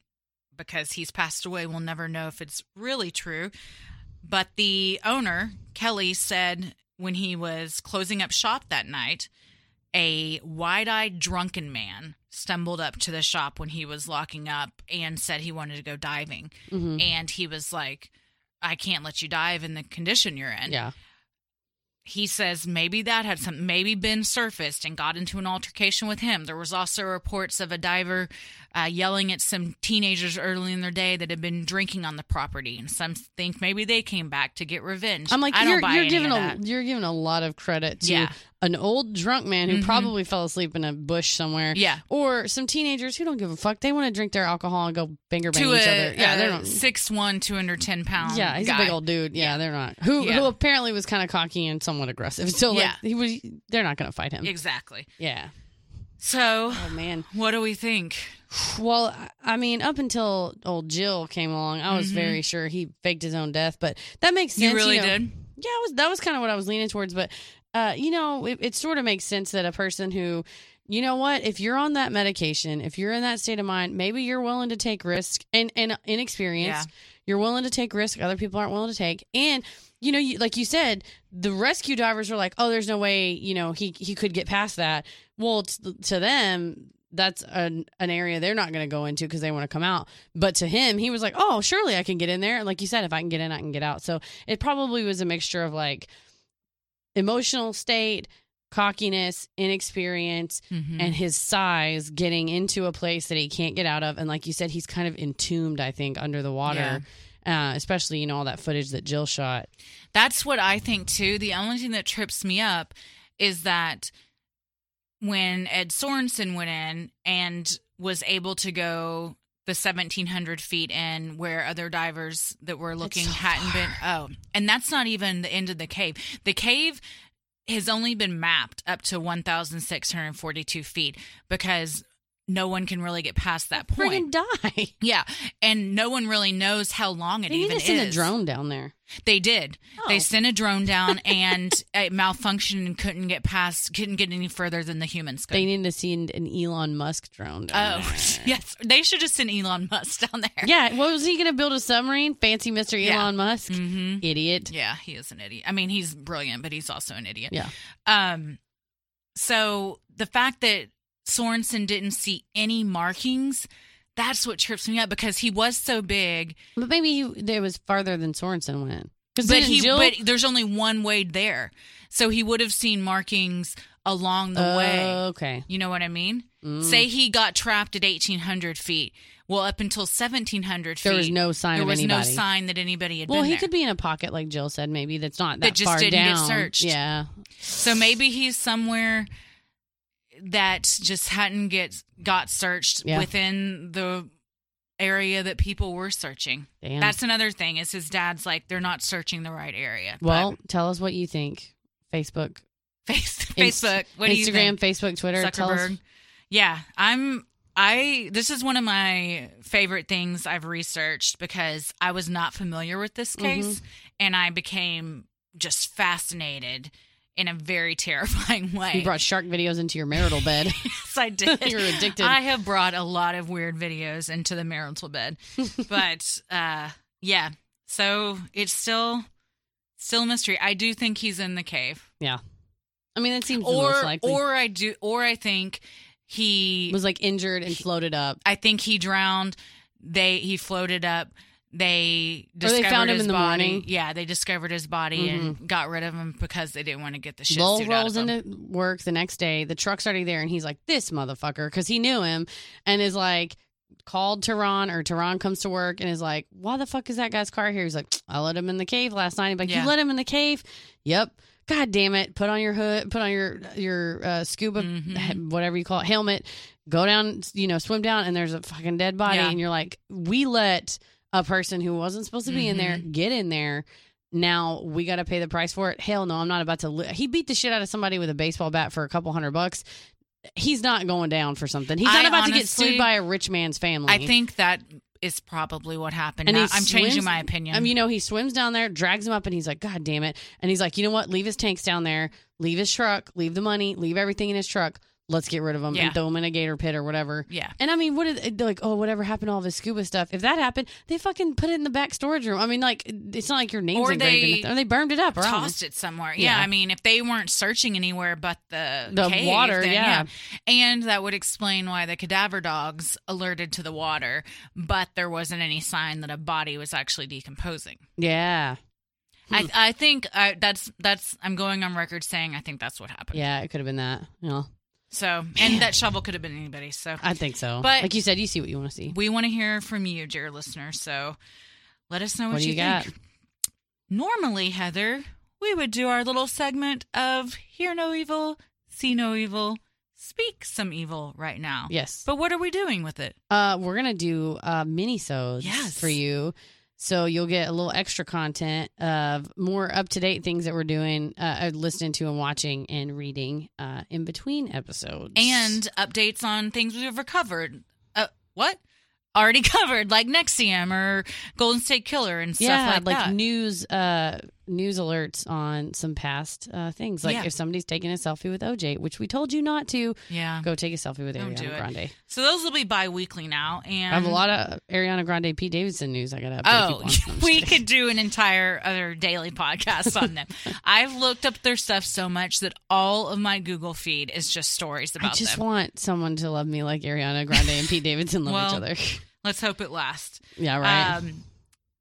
because he's passed away, we'll never know if it's really true. But the owner, Kelly, said when he was closing up shop that night, a wide eyed drunken man stumbled up to the shop when he was locking up and said he wanted to go diving. Mhm. And he was like, I can't let you dive in the condition you're in. Yeah. he says maybe that had some maybe Ben surfaced and got into an altercation with him. There was also reports of a diver uh, yelling at some teenagers early in their day that had been drinking on the property, and some think maybe they came back to get revenge. I'm like, I you're, don't buy you're any giving of a <laughs> that. you're giving a lot of credit to Yeah. an old drunk man who Mhm. probably fell asleep in a bush somewhere. Yeah. or some teenagers who don't give a fuck. They want to drink their alcohol and go finger bang to each a, other. Yeah, they're not. six one, two hundred ten pound. Yeah, he's Um, guy. a big old dude. Yeah, they're not. Who Yeah. who apparently was kind of cocky and somewhat aggressive. So like Yeah. he was. They're not going to fight him. Exactly. Yeah. So, oh man, what do we think? Well, I- I mean, up until old Jill came along, I was Mhm. very sure he faked his own death, but that makes You sense. really know. did? Yeah, I was that was kind of what I was leaning towards, but uh, you know, it, it sort of makes sense that a person who, you know, what if you're on that medication, if you're in that state of mind, maybe you're willing to take risk and and inexperienced, Yeah. you're willing to take risk other people aren't willing to take, and you know, you, like you said, the rescue divers were like, oh, there's no way, you know, he he could get past that. Well, t- to them. That's an, an area they're not going to go into because they want to come out. But to him, he was like, "Oh, surely I can get in there." And like you said, if I can get in, I can get out. So it probably was a mixture of like emotional state, cockiness, inexperience, Mhm. and his size getting into a place that he can't get out of. And like you said, he's kind of entombed, I think, under the water. Uh, especially, you know, all that footage that Jill shot. <laughs> That's what I think too. The only thing that trips me up is that when Ed Sorensen went in and was able to go the 1700 feet in where other divers that were looking so hadn't been oh and that's not even the end of the cave the cave has only been mapped up to 1642 feet because no one can really get past that Friggin' point die yeah and no one really knows how long it They need even to send a is. drone down there. They did. Oh. They sent a drone down and it malfunctioned and couldn't get past, couldn't get any further than the humans could. They need to send an Elon Musk drone down oh, <laughs> there. yes. They should have sent Elon Musk down there. Yeah, what was he going to build a submarine? Fancy Mr. Yeah. Mm-hmm. Elon Musk? Idiot. Yeah, he is an idiot. I mean, he's brilliant, but he's also an idiot. Yeah. Um, so the fact that Sorensen didn't see any markings, that's what trips me up because he was so big. But maybe he, it was farther than Sorensen went. 'Cause But didn't he, Jill- but there's only one way there, so he would have seen markings along the Oh, way. Okay. You know what I mean? Mm. Say he got trapped at 1,800 feet. Well, up until 1,700 feet, There was no sign there of was no anybody. sign that anybody had Well, been he there. could be in a pocket, like Jill said. Maybe that's not that, That just far didn't get down. searched. Yeah, so maybe he's somewhere that just hadn't get got searched Yeah. within the area that people were searching. Damn. That's another thing. Is his dad's like they're not searching the right area. Well, tell us what you think. Facebook, <laughs> Face, Inst- Facebook, what do you Instagram, think? Facebook, Twitter. Tell us. Zuckerberg. Yeah, I'm. I this is one of my favorite things I've researched because I was not familiar with this Mm-hmm. case, and I became just fascinated in a very <laughs> terrifying way. You brought shark videos into your marital bed. <laughs> <laughs> Yes, I did. You're addicted. I have brought a lot of weird videos into the <laughs> marital bed, but uh, yeah. So it's still still a mystery. I do think he's in the cave, yeah, I mean that seems the or most likely. or I do, or I think he was like injured and floated up. I think he drowned. They he floated up. They Or they discovered found him his in the body. morning. Yeah, they discovered his body and got rid of him because they didn't want to get the shit Lowell suit out rolls of him. into work the next day. The truck's already there, and he's like, "This motherfucker," because he knew him, and is like called Tehran, or Tehran comes to work and is like, "Why the fuck is that guy's car here?" He's like, "I let him in the cave last night." He's like, Yeah. "You let him in the cave?" Yep. God damn it! Put on your hood, put on your your uh, scuba, Mm-hmm. whatever you call it, helmet. Go down, you know, swim down, and there's a fucking dead body, Yeah. and you're like, "We let a person who wasn't supposed to be in there Mm-hmm. get in there." now we got to pay the price for it. Hell no, I'm not about to. Li- he beat the shit out of somebody with a baseball bat for a couple hundred bucks. He's not going down for something. He's not I about to get honestly- sued by a rich man's family. I think that is probably what happened. he Now- I'm changing swims- my opinion. I mean, you know, he swims down there, drags him up, and he's like, "God damn it!" And he's like, "You know what? Leave his tanks down there. Leave his truck. Leave the money. Leave everything in his truck. Let's get rid of him Yeah. and throw him in a gator pit or whatever." Yeah. And I mean, what is they're like? Oh, whatever happened to all of his scuba stuff? If that happened, they fucking put it in the back storage room. I mean, like, it's not like your name's Or engraved they in it, or they burned it up, or I don't know. tossed it somewhere. Yeah, Yeah. I mean, if they weren't searching anywhere but the The cave, water, then yeah. and that would explain why the cadaver dogs alerted to the water, but there wasn't any sign that a body was actually decomposing. Yeah. I, I think I, that's that's. I'm going on record saying I think that's what happened. Yeah, it could have been that. Yeah, So, and that shovel could have been anybody. So, I think so. But- like you said, you see what you want to see. we want to hear from you, dear listener. So, let us know what, What do you, you got? think. Normally, Heather, we would do our little segment of hear no evil, see no evil, speak some evil right now. Yes. But what are we doing with it? Uh, we're gonna do uh, mini sodes Yes. for you, so you'll get a little extra content of more up to date things that we're doing, uh, uh, listening to and watching and reading uh, in between episodes. And updates on things we've recovered. Uh, what? Already <laughs> covered, like Nexium or Golden State Killer and stuff yeah, like, that. news uh, news alerts on some past uh, things, like Yeah. if somebody's taking a selfie with OJ, which we told you not to. Yeah. go take a selfie with Don't Ariana do it. Grande. So those will be bi weekly now. And I have a lot of Ariana Grande, Pete Davidson news. I gotta. update people Oh, <laughs> on. No, I'm just we kidding. could do an entire other daily podcast on <laughs> them. I've looked up their stuff so much that all of my Google feed is just stories I about just them. want someone to love me like Ariana Grande and Pete Davidson love Well, each other. <laughs> Let's hope it lasts. Yeah, right. Um,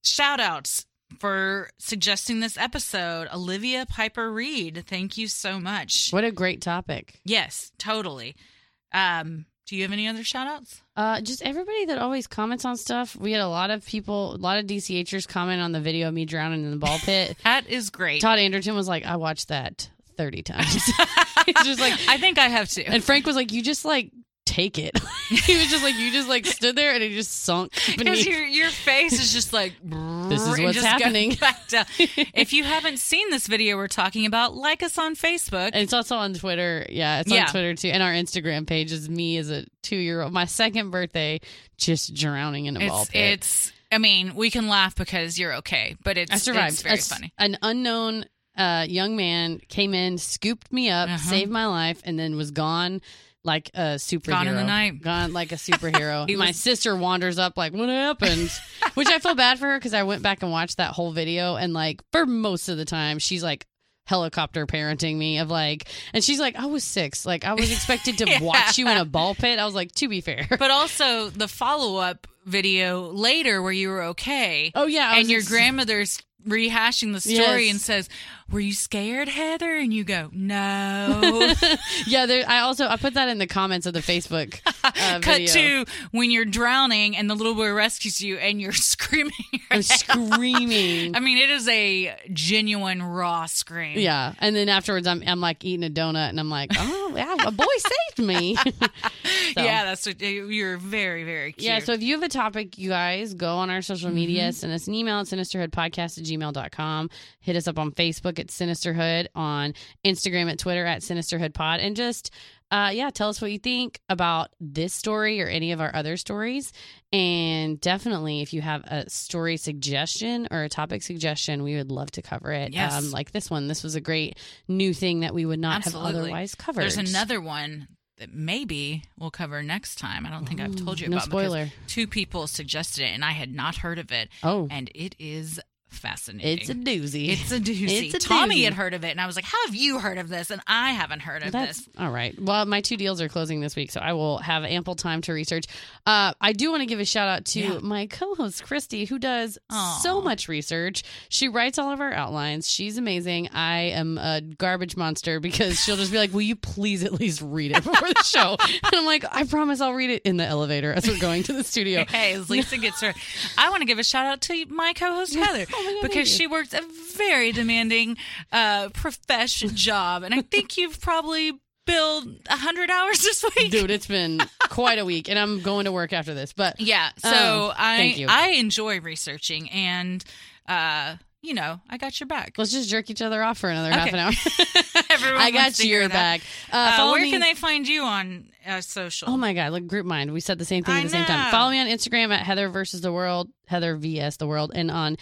shout outs for suggesting this episode, Olivia Piper Reed. Thank you so much. What a great topic. Yes, totally. Um, do you have any other shout outs? Uh, just everybody that always comments on stuff. We had a lot of people, a lot of DCHers comment on the video of me drowning in the ball <laughs> pit. That is great. Todd Anderton was like, I watched that 30 <laughs> times. <laughs> He's just like, I think I <laughs> have to. and Frank was like, You just like take it. <laughs> he was just like, You just like stood there and it just sunk. Because beneath. your your face is just like <laughs> This is <laughs> and what's just goes happening. back <laughs> down. if you haven't seen this video we're talking about, like us on Facebook. And it's also on Twitter. Yeah, it's Yeah. on Twitter too. And our Instagram page is me as a two year old, my second birthday, just drowning in a ball It's, pit. it's I mean we can laugh because you're okay, but it's I survived. It's very A s- funny. An unknown uh, young man came in, scooped me Uh-huh. up, saved my life, and then was gone like a superhero. Gone in the night. Gone like a superhero. <laughs> He my was- sister wanders up like, "What <laughs> happened?" Which I feel bad for her because I went back and watched that whole video, and like for most of the time, she's like helicopter parenting me of like and she's like i was six like i was expected <laughs> to watch you in a ball pit i was like to be fair But also the follow up video later where you were okay. Oh, yeah, I and was your ex- grandmother's rehashing the story Yes. and says, "Were you scared, Heather?" And you go, <laughs> "No." <laughs> yeah there i also i put that in the comments of the facebook uh, <laughs> Cut video. to when you're drowning and the little boy rescues you and you're <laughs> screaming. I'm screaming. <laughs> I mean, it is a genuine raw scream. yeah, and then afterwards, I'm I'm like eating a donut, and I'm like, oh, yeah, a boy saved me. <laughs> So. Yeah, that's what, eh, you're very, very cute. Yeah, so if you have a topic, you guys go on our social Mm-hmm. media, send us an email at sinisterhoodpodcast at gmail.com. Hit us up on Facebook at Sinisterhood, on Instagram at Twitter at Sinisterhoodpod, and just, uh, yeah, tell us what you think about this story or any of our other stories. And definitely, if you have a story suggestion or a topic suggestion, we would love to cover it. Um, Yes. like this one, this was a great new thing that we would not Absolutely. have otherwise covered. There's another one that maybe we'll cover next time. I don't think I've told you no about because spoiler. Two people suggested it and I had not heard of it. Oh. And it is fascinating. It's a doozy. It's a doozy. <laughs> It's a Tommy doozy. had heard of it and I was like, How have you heard of this? And I haven't heard of That's this. all right. Well, my two deals are closing this week, so I will have ample time to research. Uh, I do want to give a shout out to Yeah. my co-host Christy, who does Aw. so much research. She writes all of our outlines. She's amazing. I am a garbage monster because she'll just be like, "Will you please at least read it before the <laughs> show?" and I'm like, "I promise, I'll read it in the elevator as we're going to the studio." <laughs> Hey, as Lisa gets her. I want to give a shout out to my co-host Heather Oh because she works a very demanding <laughs> uh, profession job, and I think you've probably billed hundred hours this week. Dude, it's been quite a week, and I'm going to work after this. But Yeah, so um, I thank you. I enjoy researching, and uh, you know I got your back. <laughs> Let's just jerk each other off for another half Okay. an hour. Everyone I wants got to your hear that. back. Uh, Uh, follow where me- can they find you on uh, social? Oh my god, look, group mind. We said the same thing I at the same time. know. Follow me on Instagram at Heather versus the world, Heather vs the world, and on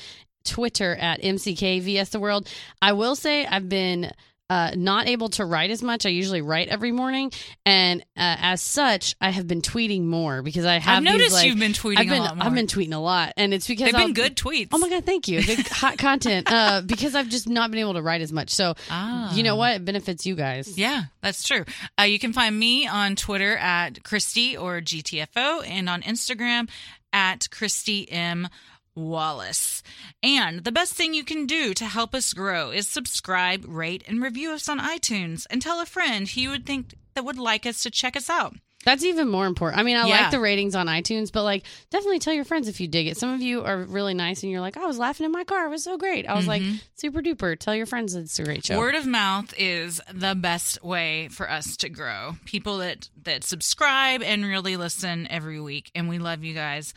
Twitter at MCK vs the world. I will say I've been uh, not able to write as much. I usually write every morning, and uh, as such, I have been tweeting more because I have. I've noticed these, like- you've been tweeting I've a been, lot more. I've been tweeting a lot, and it's because They've been I'll- good tweets. Oh my god, thank you. Good hot <laughs> content. Uh, because I've just not been able to write as much. So Ah. you know what? It benefits you guys. Yeah, that's true. Uh, you can find me on Twitter at Christy or GTFO and on Instagram at Christy M Wallace. And the best thing you can do to help us grow is subscribe, rate, and review us on iTunes and tell a friend who you would think that would like us to check us out. That's even more important. I mean, I Yeah. like the ratings on iTunes, but like definitely tell your friends if you dig it. Some of you are really nice and you're like, I was laughing in my car. It was so great. I was like, super duper. Tell your friends it's a great show. Word of mouth is the best way for us to grow. People that that subscribe and really listen every week and we love you guys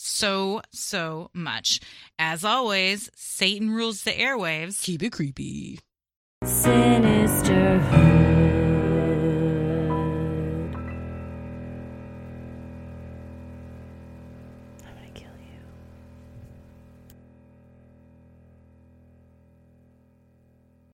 so so much. As always, Satan rules the airwaves. Keep it creepy. Sinister who?